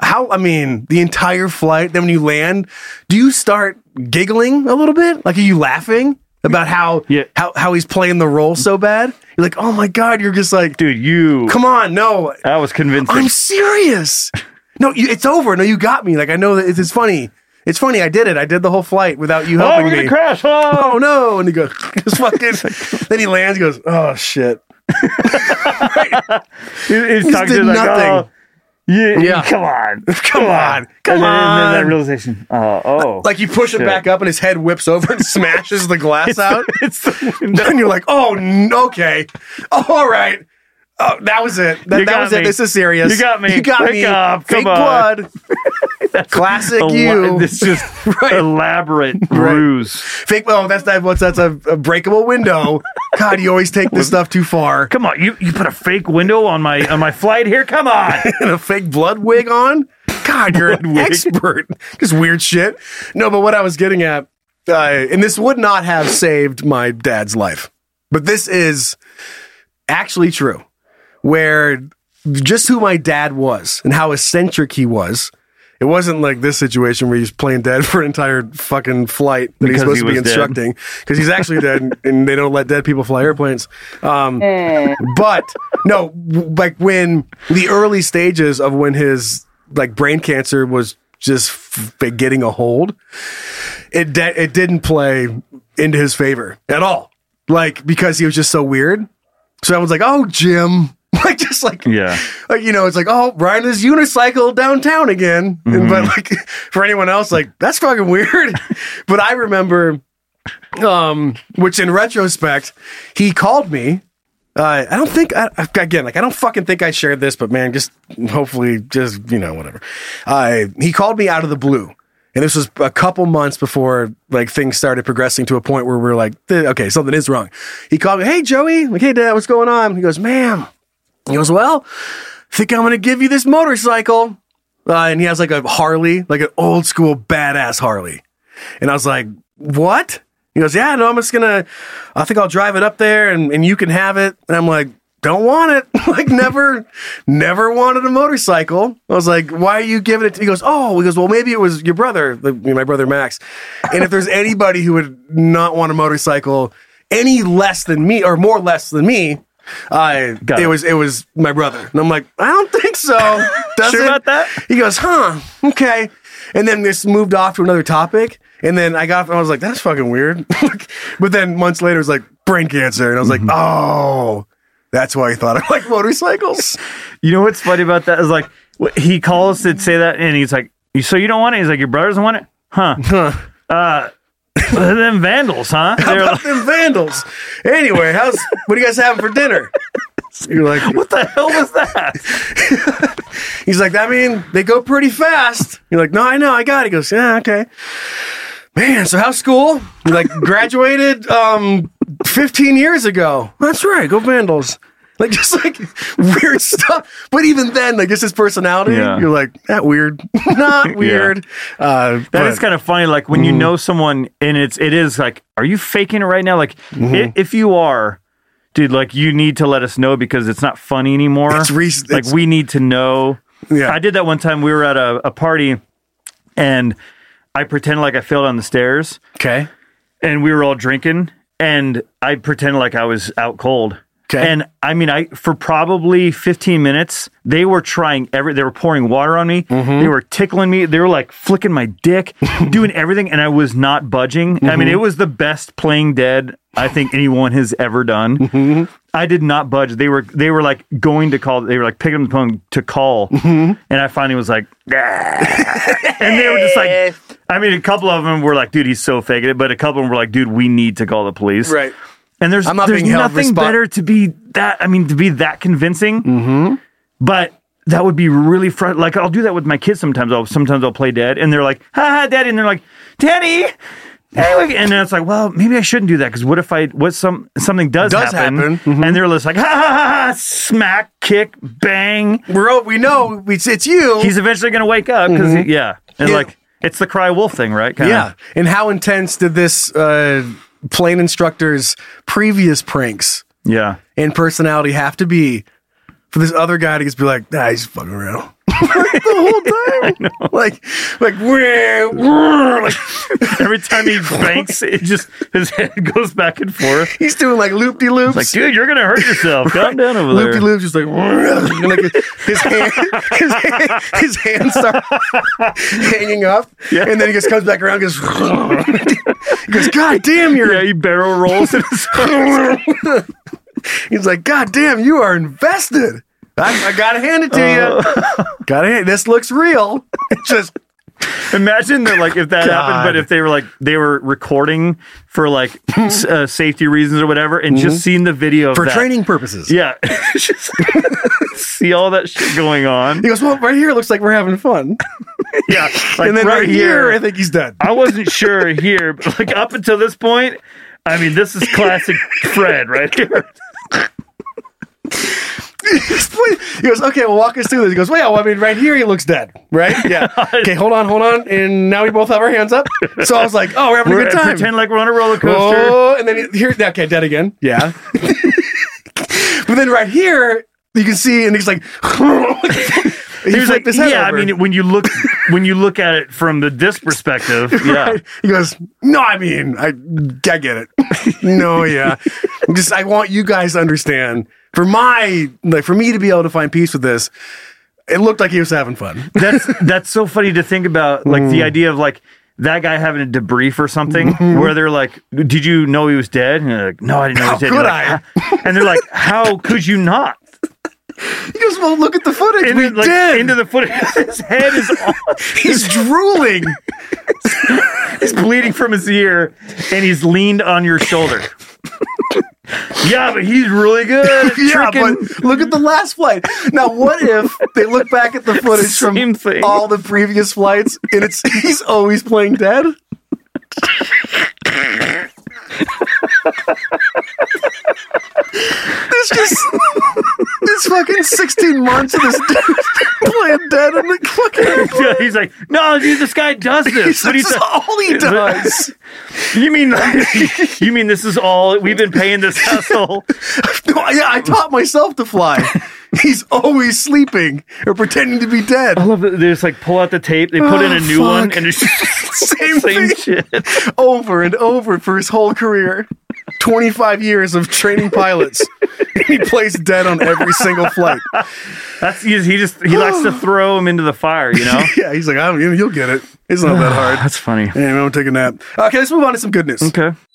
How? I mean, the entire flight. Then when you land, do you start giggling a little bit? Like, are you laughing about how how how he's playing the role so bad? You're like, oh my god, you're just like,
dude, you.
Come on, no,
I was convinced.
I'm serious. No, you, it's over. No, you got me. Like, I know that it's, it's funny. It's funny. I did it. I did the whole flight without you
Oh,
helping
we're gonna
me.
crash.
Oh. no! And he goes, just fucking. then he lands. He goes, oh shit.
He's
Just
talking to
did
like,
nothing.
oh, yeah,
Yeah.
come on,
come on,
And
come
then- and then
on.
that realization. Oh, oh,
Like you push it
shit.
back up, and his head whips over and smashes the glass
It's-
out.
It's the
And you're like, oh, n- okay, oh, all right. Oh, that was it. That,
You
that
got
was it.
me.
This is serious.
You got me.
You got
Wake
me.
up.
Fake
Come on.
blood. Classic
A
you.
li- It's just elaborate ruse.
Fake. Oh, that's that. What's that's a, a breakable window. God, you always take this stuff too far.
Come on, you you put a fake window on my on my flight here. Come on,
and a fake blood wig on. God, you're an expert. Just weird shit. No, but what I was getting at, uh, and this would not have saved my dad's life, but this is actually true. Where just who my dad was and how eccentric he was. It wasn't like this situation where he's playing dead for an entire fucking flight that
Because
he's supposed
he
to be
was dead.
instructing because he's actually dead and they don't let dead people fly airplanes. Um, but no, w- like when the early stages of when his like brain cancer was just f- getting a hold, it de- it didn't play into his favor at all. Like because he was just so weird. So everyone's like, "Oh, Jim." Like just like
yeah,
like you know, it's like, oh, Ryan is unicycle downtown again. And, but like for anyone else, like that's fucking weird. but I remember, um, which in retrospect, he called me. Uh, I don't think I I- again, like I don't fucking think I shared this, but man, just hopefully, just you know, whatever. Uh, he called me out of the blue. And this was a couple months before like things started progressing to a point where we we're like, "Th- okay, something is wrong. He called me, hey Joey, I'm like, hey dad, what's going on? He goes, ma'am, he goes, Well, think I'm going to give you this motorcycle. Uh, and he has like a Harley, like an old school badass Harley. And I was like, What? He goes, Yeah, no, I'm just going to, I think I'll drive it up there and, and you can have it. And I'm like, don't want it. like never, never wanted a motorcycle. I was like, why are you giving it? To-? He goes, oh, he goes, well, maybe it was your brother, like, my brother Max. And if there's anybody who would not want a motorcycle, any less than me or more less than me, uh, it, was it was my brother. And I'm like, I don't think so. Does
Sure
it?
about
that? He goes, huh? Okay. And then this moved off to another topic. And then I got, and I was like, that's fucking weird. but then months later, it was like brain cancer, and I was like, oh, that's why I thought I like motorcycles.
You know what's funny about that is like wh- he calls to say that, and he's like, "You- "So you don't want it?" He's like, "Your brother doesn't want it, huh?" Uh, them vandals, huh?
How
They're
about
like,
them vandals? Anyway, how's what are you guys having for dinner? You're like,
what the hell was that?
He's like, I mean, they go pretty fast. You're like, no, I know, I got it. He goes, yeah, okay. Man, so how's school? You're like, graduated um 15 years ago. That's right, go vandals. Like just like weird stuff. But even then, like just his personality,
Yeah.
you're like, that weird. Not weird. Uh,
That is kind of funny. Like when you know someone, and it's it is like, are you faking it right now? Like i- if you are, dude, like you need to let us know because it's not funny anymore. It's
recent.
Like we need to know. Yeah, I did that one time. We were at a, a party, and I pretended like I fell down the stairs.
Okay,
and we were all drinking, and I pretended like I was out cold. Okay. And I mean, I for probably 15 minutes, they were trying every. They were pouring water on me. They were tickling me. They were like flicking my dick, doing everything, and I was not budging. I mean,
Mhm.
it was the best playing dead I think anyone has ever done. I did not budge. They were they were like going to call. They were like picking up the phone to call, and I finally was like, and they were just like, I mean, a couple of them were like, dude, he's so fake. But a couple of them were like, dude, we need to call the police.
Right.
And there's,
I'm not
there's
being held
nothing
respon-
better to be that, I mean, to be that convincing. Mm-hmm. But that would be really fun. Like, I'll do that with my kids sometimes. I'll sometimes I'll play dead, and they're like, ha ha, daddy. And they're like, daddy. Anyway, and then it's like, well, maybe I shouldn't do that because what if I what some something does,
Does happen. Mm-hmm.
and they're just like ha ha ha, ha smack kick bang.
We're all, we know it's, it's you.
He's eventually gonna wake up because
Mhm.
yeah, and
Yeah.
like it's the cry wolf thing, right? Kinda.
Yeah. And how intense did this uh, plane instructor's previous pranks
yeah.
and personality have to be for this other guy to just be like, nah, he's fucking around. the whole time, like, like, "Wah, wah," like
every time he banks, it just his head goes back and forth.
He's doing like loop de loops.
Like, dude, you're gonna hurt yourself. Calm down over there.
Loopy loops, just like, "Wah," and, like, his hand, his, hand- his hands start hanging up, and then he just comes back around, and goes, "Wah." he goes, God damn, you're
yeah, he barrel rolls.
He's like, God damn, you are invested. I, I gotta hand it to
Oh.
you. gotta hand. This looks real. It's just
Imagine that, like, if that happened, but if they were like they were recording for like s- uh, safety reasons or whatever, and
Mhm.
just seeing the video of
for
that.
training purposes.
yeah, Just see all that shit going on.
He goes, well, right here it looks like we're having fun.
Yeah, like,
and then right, here, I think he's done.
I wasn't sure here, but like up until this point, I mean, this is classic Fred right here.
he goes, okay, well, walk us through this. He goes, well, yeah, well, I mean, right here he looks dead, right? Yeah. Okay, hold on, hold on, and now we both have our hands up. So I was like, oh, we're having
We're-
a good time.
Pretend like we're on a roller coaster.
Oh, and then he- here, okay, dead again. Yeah. but then right here, you can see, and he's like, he
He was
flipped
like,
his head
yeah.
over.
I mean, when you look when you look at it from the disc perspective, yeah.
Right. He goes, no, I mean, I, I get it. no, yeah. Just, I want you guys to understand for my, like, for me to be able to find peace with this, it looked like he was having fun.
That's that's so funny to think about, like
Mm.
the idea of like that guy having a debrief or something,
Mm-hmm.
where they're like, "Did you know he was dead?" And they're like, "No, I didn't know he was dead."
could
You're like, "Huh?" And they're like, "How could you not?"
He goes, well, look at the footage.
And
we
then, like,
did.
into the footage. His head is on.
He's drooling.
he's bleeding from his ear, and he's leaned on your shoulder. yeah, but he's really good. at
yeah,
tricking.
but look at the last flight. Now, what if they look back at the footage from all the previous flights and it's he's always playing dead? It's just this fucking 16 months of this dude playing dead in the fucking
Yeah, he's like, no, dude, this guy does this.
He's-
What
this is all he does.
you mean you mean this is all we've been paying this asshole?
No, yeah, I taught myself to fly. He's always sleeping or pretending to be dead. I
love that they just like pull out the tape, they put in
Oh,
a new one, and it's
same, same shit over and over for his whole career. 25 years of training pilots. he plays dead on every single flight.
That's he just he, just, he likes to throw him into the fire, you know.
yeah, he's like, I'm, you'll get it. It's not that hard.
That's funny.
Anyway, I'm taking a nap. Okay, let's move on to some good news.
Okay.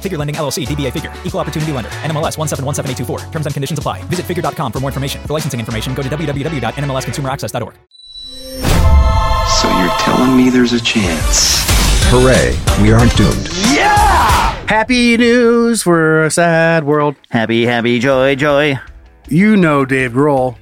Figure Lending LLC, DBA Figure, Equal Opportunity Lender, NMLS 1717824. Terms and conditions apply. Visit figure.com for more information. For licensing information, go to www.nmlsconsumeraccess.org.
So you're telling me there's a chance?
Hooray, we aren't doomed.
Happy news for a sad world.
Happy, happy, joy, joy.
You know Dave Grohl.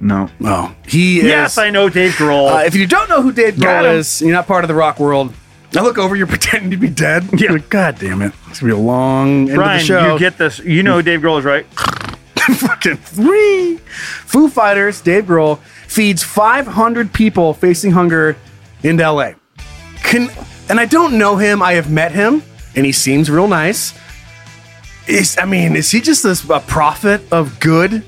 No.
No. He is.
Yes, I know Dave Grohl.
Uh, if you don't know who Dave
Got
Grohl
him.
is, you're not part of the rock world. Now look over, you're pretending to be dead. Yeah. Like, God damn it. It's going to be a long end
Brian,
of the show.
you get this. You know who Dave Grohl is right.
fucking three. Foo Fighters, Dave Grohl, feeds 500 people facing hunger in LA. Can, and I don't know him. I have met him, and he seems real nice. Is I mean, is he just this a prophet of good?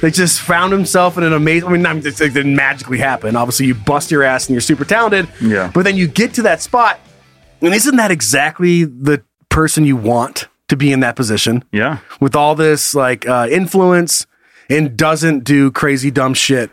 That just found himself in an amazing. I mean, I'm- it didn't magically happen. Obviously, you bust your ass and you're super talented.
Yeah.
But then you get to that spot, and isn't that exactly the person you want to be in that position?
Yeah.
with all this like uh, influence and doesn't do crazy dumb shit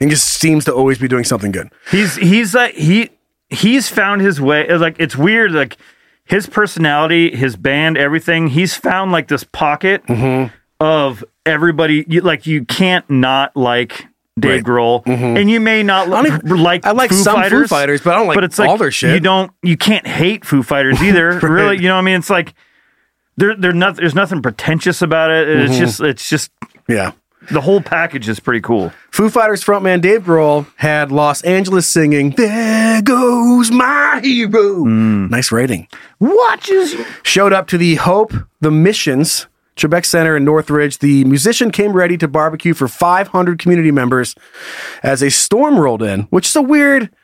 and just seems to always be doing something good.
He's he's like he he's found his way. It's Like it's weird. Like his personality, his band, everything. He's found like this pocket
Mm-hmm.
of everybody. You, like you can't not like Dave Grohl, and you may not li- like.
Mm-hmm. I like
Foo
some Foo
Fighters,
Fighters, but I don't like all their shit.
You don't. You can't hate Foo Fighters either.
Right.
Really, you know. what I mean, it's like they're they're not. There's nothing pretentious about it. It's
Mhm.
just it's just
yeah.
The whole package is pretty cool.
Foo Fighters frontman Dave Grohl had Los Angeles singing "There Goes My Hero." Nice rating.
Watches
showed up to the Hope the Missions Trebek Center in Northridge. The musician came ready to barbecue for 500 community members as a storm rolled in, which is a weird.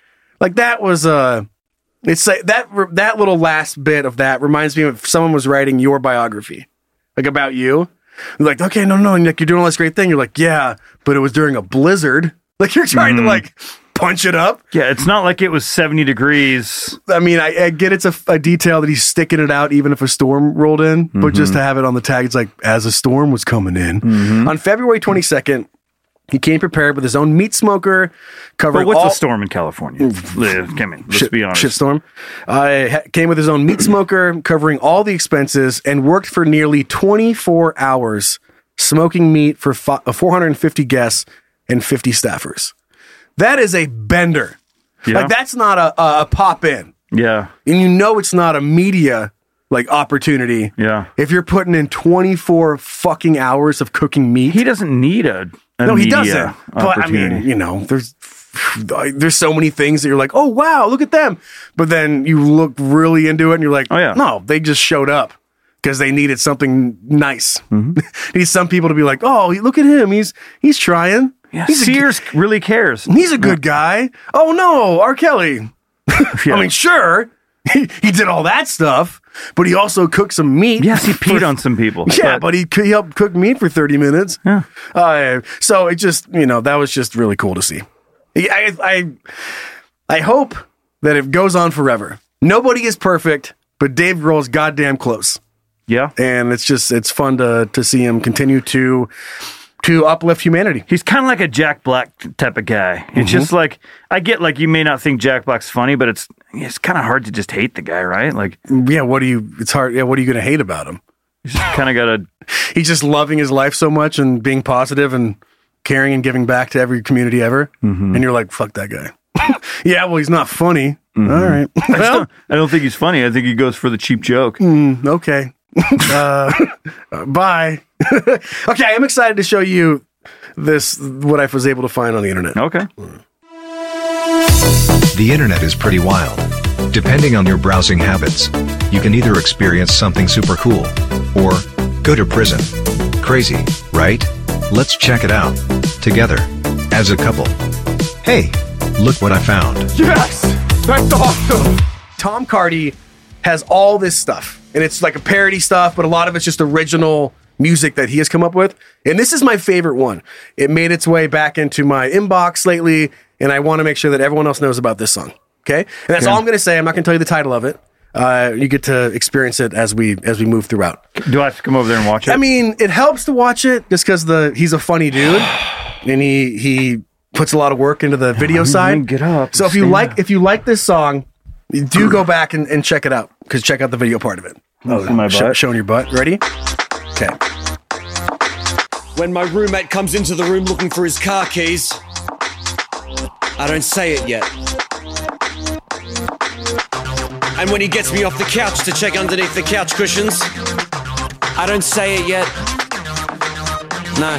Like that was a. It's like that that little last bit of that reminds me of someone was writing your biography, like about you. They're like, okay, no, no, Nick, you're doing all this great thing. You're like, yeah, but it was during a blizzard. Like you're trying to like punch it up.
Yeah, it's not like it was 70 degrees.
I mean, I, I get it's a, a detail that he's sticking it out even if a storm rolled in, but just to
Mm-hmm.
have it on the tag, it's like as a storm was coming in. On February 22nd, he came prepared with his own meat smoker covering
But what's
all,
a storm in California? Yeah, Come in, let's
shit,
be honest.
Shitstorm. Uh, ha- came with his own meat smoker, covering all the expenses, and worked for nearly 24 hours smoking meat for fi- uh, 450 guests and 50 staffers. That is a bender.
Yeah.
Like that's not a, a, a pop in,
Yeah,
and you know it's not a media like opportunity.
yeah.
If you're putting in 24 fucking hours of cooking meat,
He doesn't need a, a
no, he
media
doesn't. But I mean,
opportunity.
you know, there's there's so many things that you're like, oh wow, look at them. But then you look really into it, and you're like,
Oh, yeah.
no, they just showed up because they needed something nice.
Mm-hmm.
Need some people to be like, oh, look at him, he's he's trying.
Yeah,
he's a,
Sears really cares.
he's a good guy. Oh no, R. Kelly.
Yeah.
I mean, sure, he, he did all that stuff, but he also cooked some meat.
yes, he peed
for-
on some people.
yeah, but he, he helped cook meat for 30 minutes.
Yeah.
Uh, so it just, you know, that was just really cool to see. I, I, I hope that it goes on forever. Nobody is perfect, but Dave Grohl's goddamn close.
yeah,
And it's just, it's fun to, to see him continue to, to uplift humanity.
he's kind of like a Jack Black type of guy.
Mm-hmm.
It's just like I get like you may not think Jack Black's funny, but it's it's kind of hard to just hate the guy, right? Like
Yeah. What do you, it's hard. Yeah. What are you going to hate about him?
kind of got to
He's just loving his life so much and being positive and caring and giving back to every community ever. And you're like, fuck that guy. yeah. Well, he's not funny. All right. Well,
I don't think he's funny. I think he goes for the cheap joke.
Mm, okay. uh, bye. okay, I'm excited to show you this what I was able to find on the internet.
Okay.
The internet is pretty wild. Depending on your browsing habits, you can either experience something super cool or go to prison. Crazy, right? Let's check it out together as a couple. Hey, Look what I found.
Yes! That's awesome! Tom Cardy has all this stuff, and it's like a parody stuff, but a lot of it's just original music that he has come up with. And this is my favorite one. It made its way back into my inbox lately, and I want to make sure that everyone else knows about this song. Okay? And that's all I'm going to say. I'm not going to tell you the title of it. Uh, you get to experience it as we as we move throughout.
Do I have to come over there and watch it?
I mean, it helps to watch it just because the he's a funny dude, and he he puts a lot of work into the video
I'm
side.
gonna get up
So
and
if you
stand
like if you like this song, you do go back and, and check it out because check out the video part of it.
Oh, my butt.
showing your butt. Ready? Okay.
When my roommate comes into the room looking for his car keys, I don't say it yet. And when he gets me off the couch to check underneath the couch cushions, I don't say it yet. No.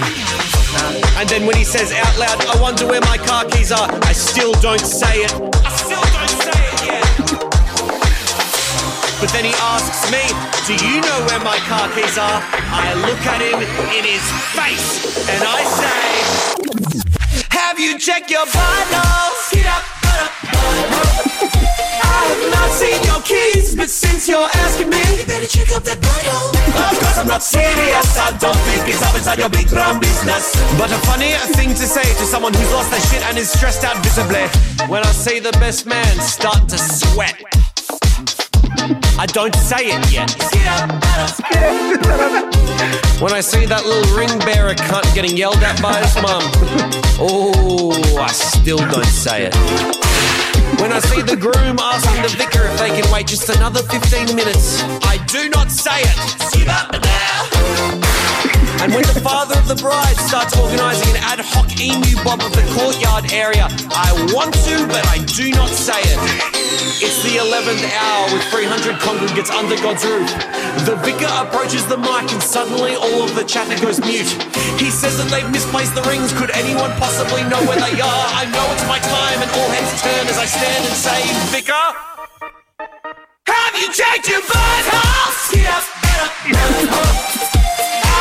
And then when he says out loud, I wonder where my car keys are, I still don't say it. I still don't say it yet. But then he asks me, Do you know where my car keys are? I look at him in his face and I say, Have you checked your bottles? Get up, get up, get up. I have not seen your keys, but since you're asking me, you better check up that bottle. Of course, I'm not serious. I don't think it's up inside your big brown business. But a funny thing to say to someone who's lost their shit and is stressed out visibly when I see the best man start to sweat. I don't say it yet. When I see that little ring bearer cunt getting yelled at by his mum, oh, I still don't say it. When I see the groom asking the vicar if they can wait just another 15 minutes, I do not say it. And when the father of the bride starts organising an ad hoc emu bob of the courtyard area, I want to, but I do not say it. It's the 11th hour with 300 congregants under God's roof. The vicar approaches the mic and suddenly all of the chatter goes mute. He says that they've misplaced the rings. Could anyone possibly know where they are? I know it's my time and all heads turn as I stand and say, Vicar, have you checked your butthole? Get up, get up.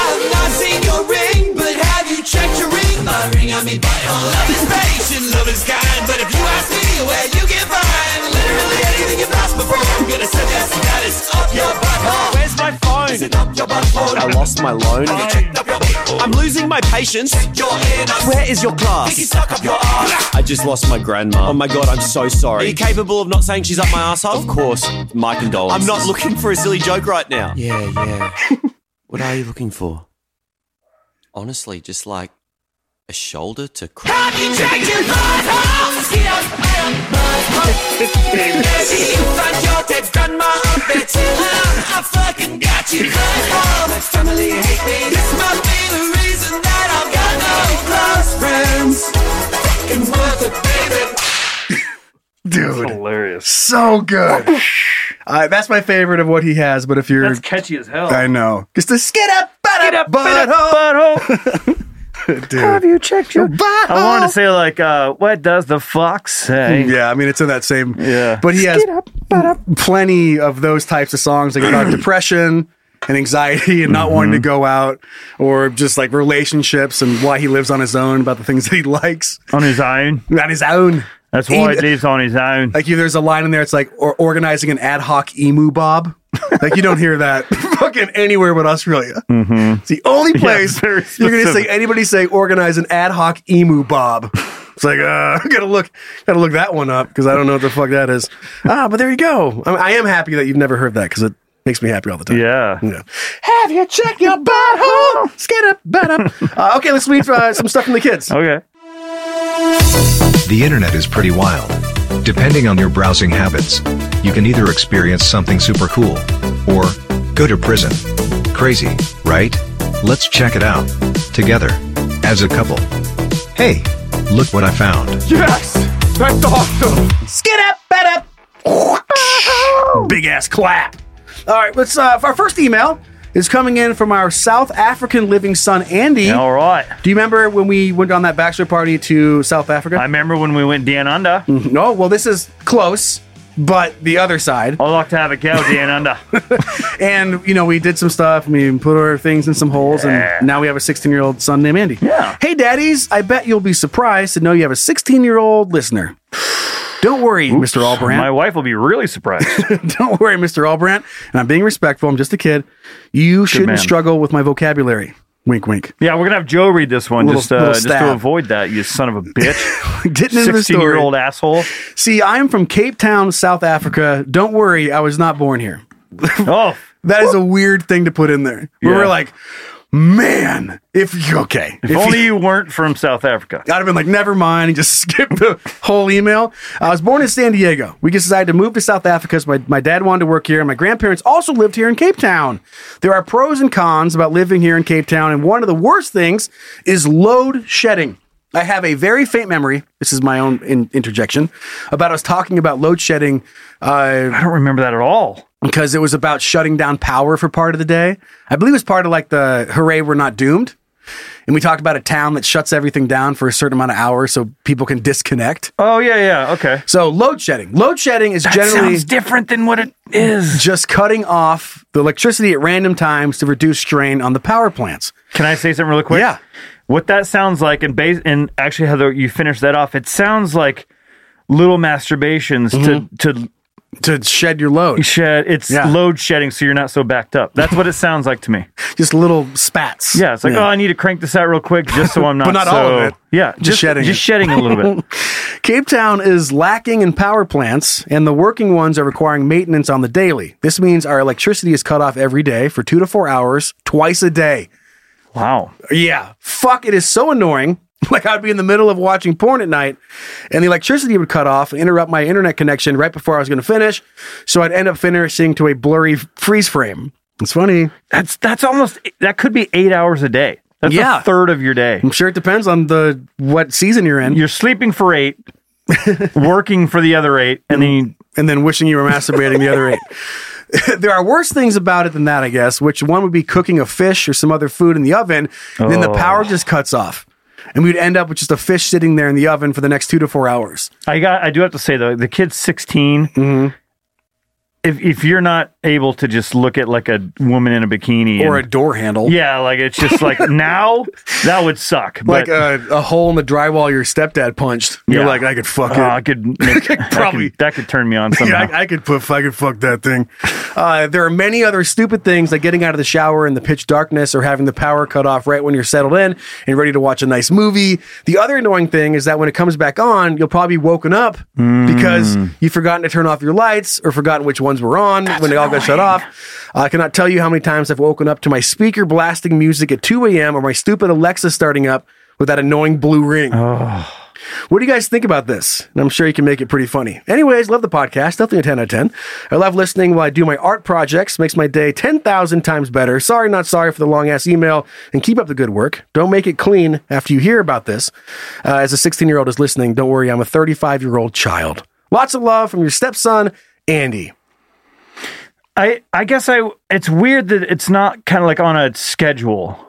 I've not seen your ring, but have you checked your ring? My ring, I mean, butthole. Love is patient, love is kind. But if you ask me where you can find literally anything you've asked before, I'm gonna suggest that it's up your butthole. Where's my phone? Is it up your butthole? I lost my loan. I'm losing my patience. Where is your class? I just lost my grandma. Oh my god, I'm so sorry. Are you capable of not saying she's up my asshole? Of course. My condolences. I'm not looking for a silly joke right now. Yeah, yeah. What are you looking for? Honestly, just like a shoulder to cry. Have you checked your butthole? Get up, get up, butthole. Maybe you found your dead grandma on bed too long. I fucking got you, butthole. My family hate me. This must be the reason that I've got no close friends. Fucking worth it, baby.
Dude,
Oh.
hilarious. So good. uh, that's my favorite of what he has. But if you're
That's catchy as hell.
I know. Just the skit up,
Get up, get up, butthole.
Have
you checked your
butthole?
I wanted to say like, uh, what does the fox say?
Yeah, I mean it's in that same. Yeah, but he has plenty of those types of songs like about depression and anxiety and not wanting to go out, or just like relationships and why he lives on his own about the things that he likes
on his own.
On his own.
That's why he
Even-
lives on his own.
Like you, there's a line in there. It's like or organizing an ad hoc emu bob. like you don't hear that fucking anywhere but Australia.
Mm-hmm.
It's the only
Yeah,
place
very
you're gonna say
specific.
anybody say organize an ad hoc emu bob. It's like uh, gotta look, gotta look that one up because I don't know what the fuck that is. Ah, but there you go. I, I am happy that you've never heard that because it makes me happy all the time.
Yeah.
Have you checked your butthole? Skid up, butt up. Uh, okay, let's read uh, some stuff from the kids.
Okay.
The internet is pretty wild. Depending on your browsing habits, you can either experience something super cool or go to prison. Crazy, right? Let's check it out together as a couple. Hey, look what I found.
Yes, that's awesome. Skid up, butt up. Big ass clap. All right, let's. Uh, our first email is coming in from our South African living son, Andy.
All right.
Do you remember when we went on that bachelor party to South Africa? Mm-hmm. I
remember when we went down under.
No, well, this is close. but the other side.
I like to have a cow down under.
and you know, we did some stuff. and We put our things in some holes, and now we have a 16 year old son named Andy. Yeah. Hey, daddies! I bet you'll be surprised to know you have a 16 year old listener. Don't worry, Mr. Albrandt.
My wife will be really surprised.
Don't worry, Mr. Albrandt. And I'm being respectful. I'm just a kid. You shouldn't
man.
struggle with my vocabulary. Wink, wink.
Yeah, we're gonna have Joe read this one
Little-
just uh,
little
just
stab.
to avoid that. You son of a bitch!
Getting into the story.
year old asshole.
See, I'm from Cape Town, South Africa. Don't worry, I was not born here.
oh,
that is a weird thing to put in there. Where
Yeah.
we're like, man, if you okay,
If, only you, weren't from South Africa.
I'd have been like, never mind, and just skip the whole email. I was born in San Diego. We decided to move to South Africa because my, my dad wanted to work here, and my grandparents also lived here in Cape Town. There are pros and cons about living here in Cape Town, and one of the worst things is load shedding. I have a very faint memory. This is my own in- interjection about us talking about load shedding. Uh, I
don't remember that at all
because it was about shutting down power for part of the day. I believe it was part of like the "Hooray, we're not doomed." And we talked about a town that shuts everything down for a certain amount of hours so people can disconnect.
Oh yeah, yeah, okay.
So load shedding. Load shedding is
That
generally
sounds different than what it is.
Just cutting off the electricity at random times to reduce strain on the power plants.
Can I say something really quick? Yeah. What that sounds like, and base, and actually, Heather, you finish that off. It sounds like little masturbations to to
to shed your load.
Shed it's
Mm-hmm. Yeah.
load shedding, so you're not so backed up. That's what it sounds like to me.
Just little spats.
Yeah, it's like
Yeah.
oh, I need to crank this out real quick just so I'm not.
but not
so,
all of it.
Yeah,
just, shedding.
just
it.
shedding a little bit.
Cape Town is lacking in power plants, and the working ones are requiring maintenance on the daily. This means our electricity is cut off every day for two to four hours, twice a day.
Wow.
Yeah. Fuck, it is so annoying. Like I'd be in the middle of watching porn at night, and the electricity would cut off and interrupt my internet connection right before I was going to finish. So I'd end up finishing to a blurry freeze frame. It's funny.
That's that's almost that could be eight hours a day. That's
Yeah.
a third of your day.
I'm sure it depends on the what season you're in.
You're sleeping for eight, working for the other eight, and then you,
and then wishing you were masturbating the other eight. there are worse things about it than that, I guess. Which one would be cooking a fish or some other food in the oven, and then the
Oh.
power just cuts off, and we'd end up with just a fish sitting there in the oven for the next two to four hours.
I got. I do have to say though, the kid's 16
Mm-hmm.
If if you're not able to just look at like a woman in a bikini
Or
and-
a door handle.
yeah, like it's just like now that would suck.
like uh,
But
a, a hole in the drywall your stepdad punched. You're
Yeah.
like, I could fuck
Oh,
it.
I could make, probably that could, turn me on somehow.
Yeah, I, I could put, I could fuck that thing. Uh, there are many other stupid things like getting out of the shower in the pitch darkness or having the power cut off right when you're settled in and ready to watch a nice movie. The other annoying thing is that when it comes back on, you'll probably be woken up
Mm.
because you've forgotten to turn off your lights or forgotten which ones were on when they all got shut off. I cannot tell you how many times I've woken up to my speaker blasting music at 2 a.m. or my stupid Alexa starting up with that annoying blue
Oh,
ring. What do you guys think about this? And I'm sure you can make it pretty funny. Anyways, love the podcast. Definitely a 10 out of 10. I love listening while I do my art projects. Makes my day 10,000 times better. Sorry, not sorry for the long ass email. And keep up the good work. Don't make it clean after you hear about this. Uh, as a 16 year old is listening, don't worry, I'm a 35 year old child. Lots of love from your stepson, Andy.
I I guess I it's weird that it's not kind of like on a schedule.
Oh,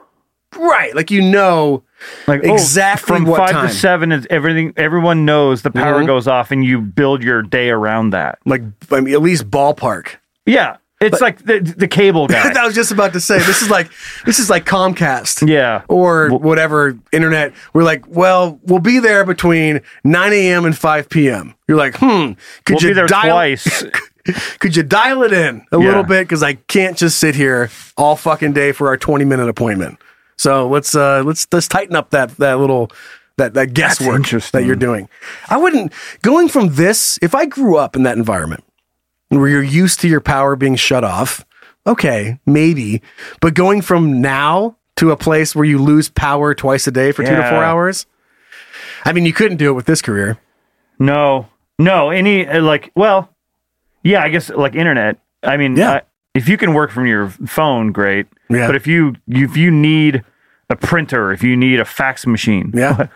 Right, like you know
like oh,
exactly
from
what
five
time.
to seven is everything. Everyone knows the power
Mhm.
goes off, and you build your day around that.
Like I mean, at least ballpark.
Yeah, it's like the the cable guy.
I was just about to say this is like this is like Comcast,
yeah,
or whatever internet. We're like, well, we'll be there between 9 a.m. and 5 p.m. You're like, hmm, could
We'll
you
be there
dial-
twice.
could you dial it in a
Yeah.
little bit? Because I can't just sit here all fucking day for our 20 minute appointment. So let's uh, let's let's tighten up that that little that that guesswork that you're doing. I wouldn't going from this if I grew up in that environment where you're used to your power being shut off. Okay, maybe, but going from now to a place where you lose power twice a day for two to four
Yeah.
hours. I mean, you couldn't do it with this career.
No, no, any uh, like well, yeah, I guess like internet. I mean, yeah. if you can work from your phone, great.
Yeah.
But if you if you need a printer, if you need a fax machine,
yeah,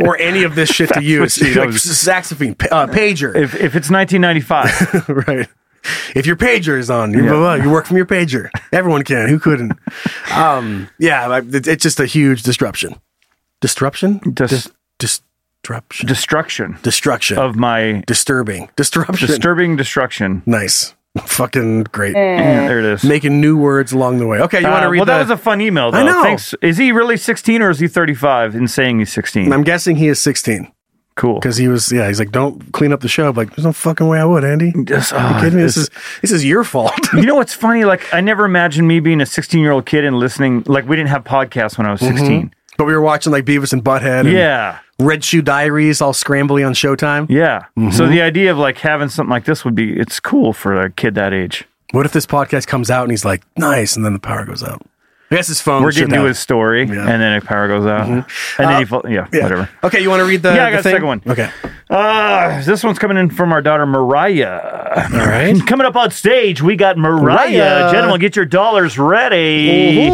or any of this shit to
Fax
use.
machine, I
Like
was-
saxophone, pa- uh, pager.
If if it's 1995,
right? If your pager is on, you
Yeah.
blah, blah, you work from your pager. Everyone can. Who couldn't? Um, yeah, like, it- it's just a huge disruption. Disruption. Dis. dis- Disruption.
Destruction.
Destruction.
Of my.
Disturbing. Disruption.
Disturbing destruction.
Nice. Fucking great.
Yeah, there it is.
Making new words along the way. Okay, you want to
Uh,
read
Well, that
the-
was a fun email, though.
I know.
Thanks. Is he really 16 or is he 35 in saying he's 16?
I'm guessing he is 16.
Cool.
Because he was, yeah, he's like, don't clean up the show. I'm like, there's no fucking way I would, Andy.
Just-
Are you
oh,
kidding me? This
this-
is this is your fault.
you know what's funny? Like, I never imagined me being a 16 year old kid and listening. Like, we didn't have podcasts when I was 16.
Mhm. But we were watching like Beavis and Butthead. And
Yeah.
Red Shoe Diaries, all scrambly on Showtime.
Yeah. So
Mhm.
the idea of like having something like this would be it's cool for a kid that age.
What if this podcast comes out and he's like, nice, and then the power goes out? I guess his phone.
We're
should
getting to
have-
his story, and then a power goes out, and then he fall- yeah,
yeah.
whatever.
Okay, you want to read the?
yeah, I
the
got a
thing?
second one.
Okay.
Uh, this one's coming in from our daughter Mariah. All right. coming up on stage, we got Mariah.
Mariah.
Gentlemen, get your dollars ready.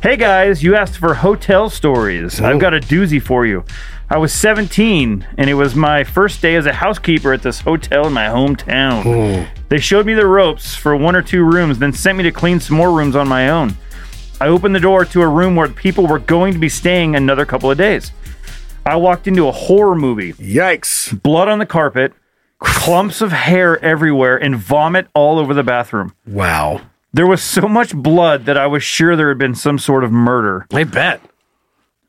Hey guys, you asked for hotel stories. I've got a doozy for you. I was 17 and it was my first day as a housekeeper at this hotel in my hometown. They showed me the ropes for one or two rooms, then sent me to clean some more rooms on my own. I opened the door to a room where people were going to be staying another couple of days. I walked into a horror movie.
Yikes.
Blood on the carpet, clumps of hair everywhere, and vomit all over the bathroom.
Wow.
There was so much blood that I was sure there had been some sort of murder.
I bet.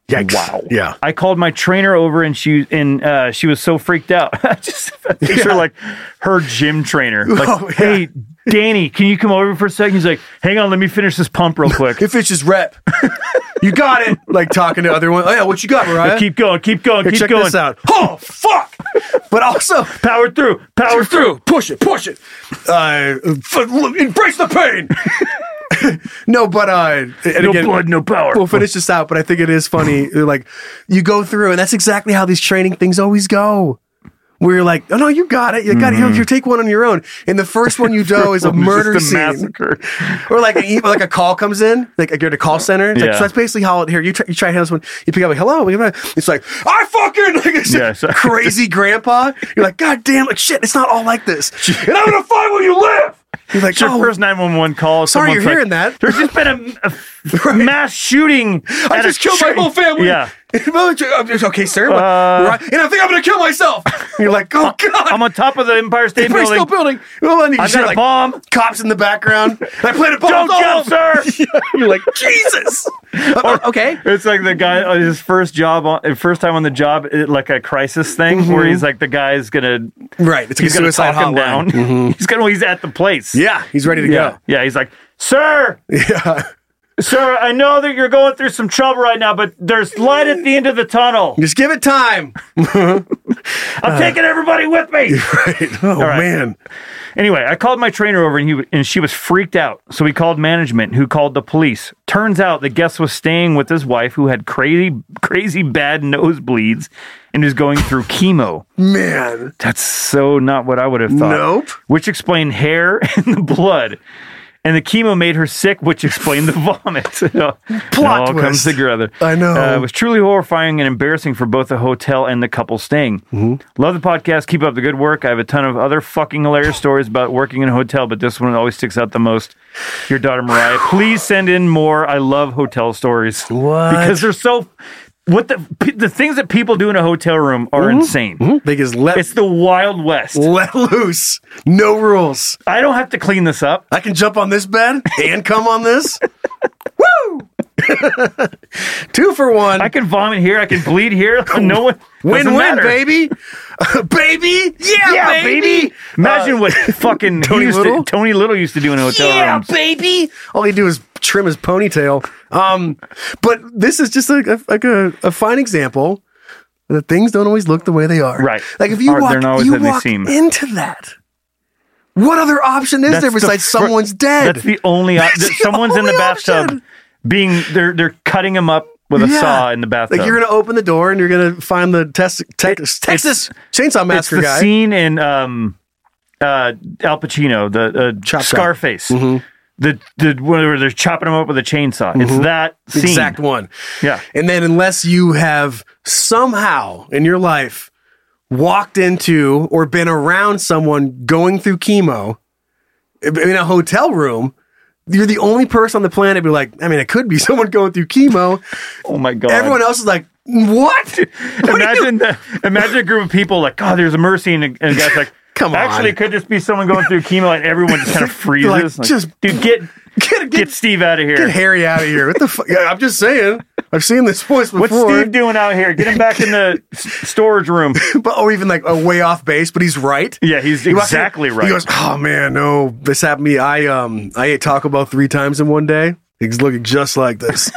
Yikes.
Wow.
Yeah.
I called my trainer over and she and uh, she was so freaked out. I just picture like her gym trainer. Like,
Oh, yeah.
hey, Danny, can you come over for a second? He's like, hang on, let me finish this pump real quick.
If it's just rep. You got it. Like talking to other one. Oh yeah, what you got, Mariah?
keep going, keep going,
Here,
keep
check
going.
this out. Oh fuck! But also
power through, power
through, push it, push it. Uh, f- embrace the pain. no, but uh, and
No blood, no power.
We'll finish this out, but I think it is funny. like you go through, and that's exactly how these training things always go. Where you're like, oh no, you got it. You got it.
Mm-hmm.
You take one on your own, and the first one you do is a
It's just
murder
a
scene,
massacre.
or like an e- like a call comes in, like I go to call center. It's like,
Yeah.
so that's basically how it here. You try, you try to handle this one. You pick up like hello. It's like I fucking like it's
Yeah,
just
so-
crazy grandpa. You're like god damn like shit. It's not all like this. and I'm gonna find where you live. You're like
It's your
oh,
first 911 call.
Sorry you're
someone's like,
hearing that.
There's just been a, a f- mass shooting.
I
at
just
a
killed my
train."
whole family.
Yeah.
I'm just- okay, sir. but-
Uh,
and I think I'm gonna kill myself. You're like, oh god.
I'm on top of the Empire State
Empire
Building.
State Building. Well, I need to
I've
shoot,
got a
like,
bomb.
Cops in the background. And I played a bomb.
Don't
all
jump,
over.
sir.
You're like, Jesus. Uh, okay.
It's like the guy on his first job, on, uh, first time on the job, it, like a crisis thing where he's like the guy's gonna
Mm-hmm. Right. It's like
he's
a
gonna
suicide
talk him down.
hotline. Mm-hmm.
He's gonna he's at the place.
Yeah, he's ready to
yeah,
go.
yeah. He's like, sir,
Yeah.
sir, I know that you're going through some trouble right now, but there's light at the end of the tunnel.
Just give it time.
I'm taking everybody with me.
Right. Oh
right.
man.
Anyway, I called my trainer over and he and she was freaked out. So we called management, who called the police. Turns out the guest was staying with his wife, who had crazy, crazy bad nosebleeds, and is going through chemo.
Man.
That's so not what I would have thought.
Nope.
Which explained hair and the blood. And the chemo made her sick, which explained the vomit. It all- it all comes
twist.
together.
I know.
Uh, it was truly horrifying and embarrassing for both the hotel and the couple staying.
Mm-hmm.
Love the podcast. Keep up the good work. I have a ton of other fucking hilarious stories about working in a hotel, but this one always sticks out the most. Your daughter Mariah. Please send in more. I love hotel stories.
What?
Because they're so. What the p- the things that people do in a hotel room are
Mm-hmm.
insane.
They just let
It's the Wild West.
let loose. No rules.
I don't have to clean this up.
I can jump on this bed and come on this. Woo! Two for one.
I can vomit here. I can bleed here. No one.
Win
doesn't
win,
matter.
baby. baby. Uh, Yeah,
Yeah, baby. Imagine what fucking Tony
Tony
used
Little?
To, Tony Little used to do in hotel
yeah,
rooms.
baby. All he do is trim his ponytail. Um, but this is just like a, like a, a fine example that things don't always look the way they are.
Right.
Like if you
Or they're
walk,
not always
you
as they
walk
seem.
into that. What other option is
That's
there
the
besides
fir-
someone's dead?
That's the only. Op-
That's the
someone's in the
only
bathtub,
option.
being they're they're cutting him up with a
Yeah.
saw in the bathtub.
Like you're gonna open the door and you're gonna find the tes- Texas Texas Chainsaw
it's
Massacre
the
guy.
scene in um, uh, Al Pacino, the uh,
Chop Mm-hmm. Shop.
Scarface. The the whatever they're chopping him up with a chainsaw. It's
Mhm.
that scene.
Exact one.
Yeah.
And then unless you have somehow in your life walked into or been around someone going through chemo in a hotel room, you're the only person on the planet to be like, I mean, it could be someone going through chemo.
Oh my god.
Everyone else is like, What?
imagine the, imagine a group of people like, God, there's a mercy, and, and a guy's like,
Come on.
Actually, it could just be someone going through chemo, and everyone just kind of freezes.
Like,
Like,
just-
dude, get get, Steve out of here.
Get Harry out of here. What the fuck? I'm just saying. I've seen this voice before.
What's Steve doing out here? Get him back in the s- storage room.
but or even like a way off base, but he's right.
Yeah, he's
He walks in-
exactly right.
He goes, "Oh man, no, this happened to me. I um, I ate Taco Bell three times in one day. He's looking just like this."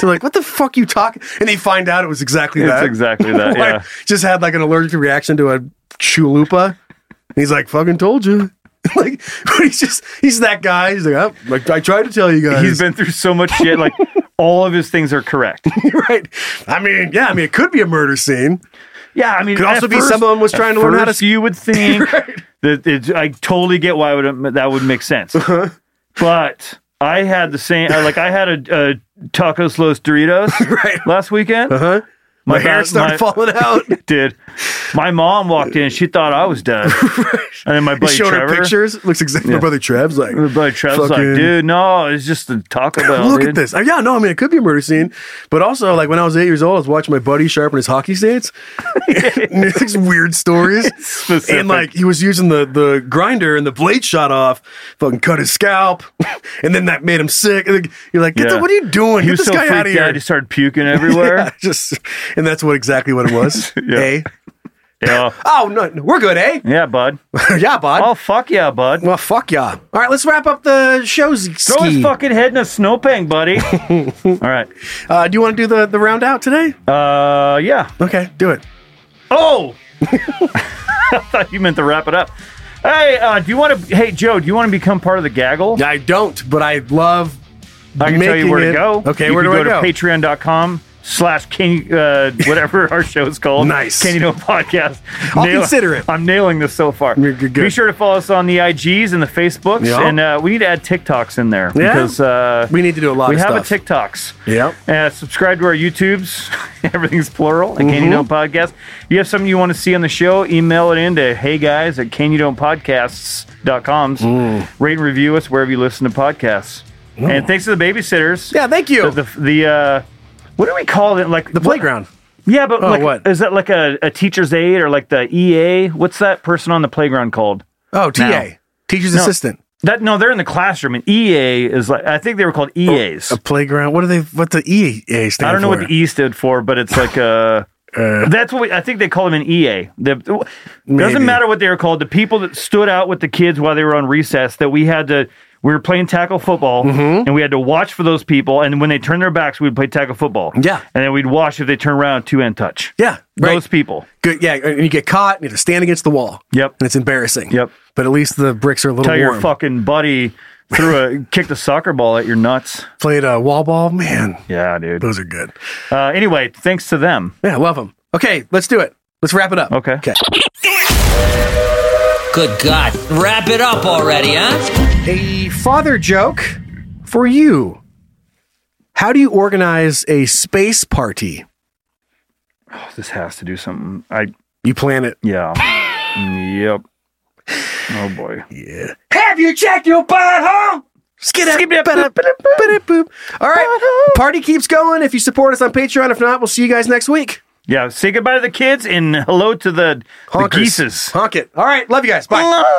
They're like, "What the fuck you talking?" And they find out it was exactly
It's
that.
exactly that,
Like,
yeah.
just had like an allergic reaction to a chulupa. And he's like, "Fucking told you." like, but he's just he's that guy. He's like, "Oh, like I tried to tell you guys.
He's been through so much shit. Like all of his things are correct.
right. I mean, yeah. I mean, it could be a murder scene.
Yeah, I mean,
could
at
also be
first-
someone was
at
trying to learn how to
first You would think that it, I totally get why would it, that would make sense.
Uh-huh.
But I had the same. I, like I had a, a tacos los Doritos last weekend. Uh-huh.
My hair started falling out.
Dude, my mom walked in. She thought I was done. And then my
He
buddy
showed
Trevor.
her pictures. Looks exactly.
Yeah.
My brother Trev's like,
My buddy Trev's
fucking-
like, dude, no, it's just the Taco Bell.
Look at
dude."
this. Uh, Yeah, no, I mean it could be a murder scene, but also like when I was eight years old, I was watching my buddy sharpen his hockey skates. and it's these weird stories,
Specific.
and like he was using the the grinder, and the blade shot off, fucking cut his scalp, and then that made him sick. And, like, you're like, Get the,
Yeah.
what are you doing?
He
Get
was
this
so
guy out
freaked
of
out,
here!
He started puking everywhere.
Yeah, just and that's what exactly what it was. Eh?
yeah.
Oh no, no, we're good, eh?
Yeah, bud.
yeah, bud.
Oh fuck yeah, bud.
Well, fuck yeah. All right, let's wrap up the show's.
Throw his fucking head in a snowbank, buddy. All right.
Uh, do you want to do the the round out today?
Uh, yeah.
Okay, do it.
Oh, I thought you meant to wrap it up. Hey, uh, do you want to? Hey, Joe, do you want to become part of the gaggle?
I don't, but I love.
I can tell you
making
where
it-
to go.
Okay,
you
where
can
do I
go
go?
to patreon.com slash king uh whatever our show is called
Nice.
can you know podcast
I'll consider it.
i'm nailing this so far
good.
be sure to follow us on the ig's and the facebooks
Yeah.
and uh we need to add tiktoks in there
Yeah.
because uh
We need to do a lot
we
of
have
stuff.
a tiktoks
Yep.
uh, subscribe to our YouTubes. Everything's plural. And Can You
Mhm.
Don't Podcast. If you have something you want to see on the show, email it in to hey guys at can you don't podcasts.com.
Mm.
Rate and review us wherever you listen to podcasts. And thanks to the babysitters.
Yeah, thank you.
The, the, the, uh, what do we call it? Like
The playground.
Yeah, but
Oh,
like,
what?
is that like a, a teacher's aide or like the EA? What's that person on the playground called?
Oh, TA,
Now.
teacher's
No.
assistant.
That no, they're in the classroom, and EA is like I think they were called E EAs.
A playground. What are they? What the E A stand for?
I don't know what the E stood for, but it's like uh, that's what we, I think they call them an EA. The,
Maybe.
doesn't matter what they were called. The people that stood out with the kids while they were on recess that we had to. We were playing tackle football, and we had to watch for those people. And when they turned their backs, we'd play tackle football.
Yeah.
and then we'd watch if they turn around two and touch.
Yeah, right.
those people.
Good. Yeah, and you get caught. and You have to stand against the wall.
Yep.
and it's embarrassing.
Yep.
But at least the bricks are a little
Tell
warm.
your fucking buddy threw a kicked a soccer ball at your nuts.
Played a wall ball. Man,
Yeah, dude.
those are good.
Uh, anyway, thanks to them.
Yeah, love them. Okay, let's do it. Let's wrap it up.
Okay.
Okay.
Good God. Wrap it up already, huh?
A father joke for you. How do you organize a space party?
This has to do something. I
You plan it.
yeah. Mm, yep. Oh boy.
Yeah.
Have you checked your butthole?
Skid up, ba-da, ba-da, ba-da, boop. All right. Party keeps going. If you support us on Patreon, if not, we'll see you guys next week.
Yeah, say goodbye to the kids and hello to the, the
Honkers.
geeses.
Honk it. All right. Love you guys. Bye.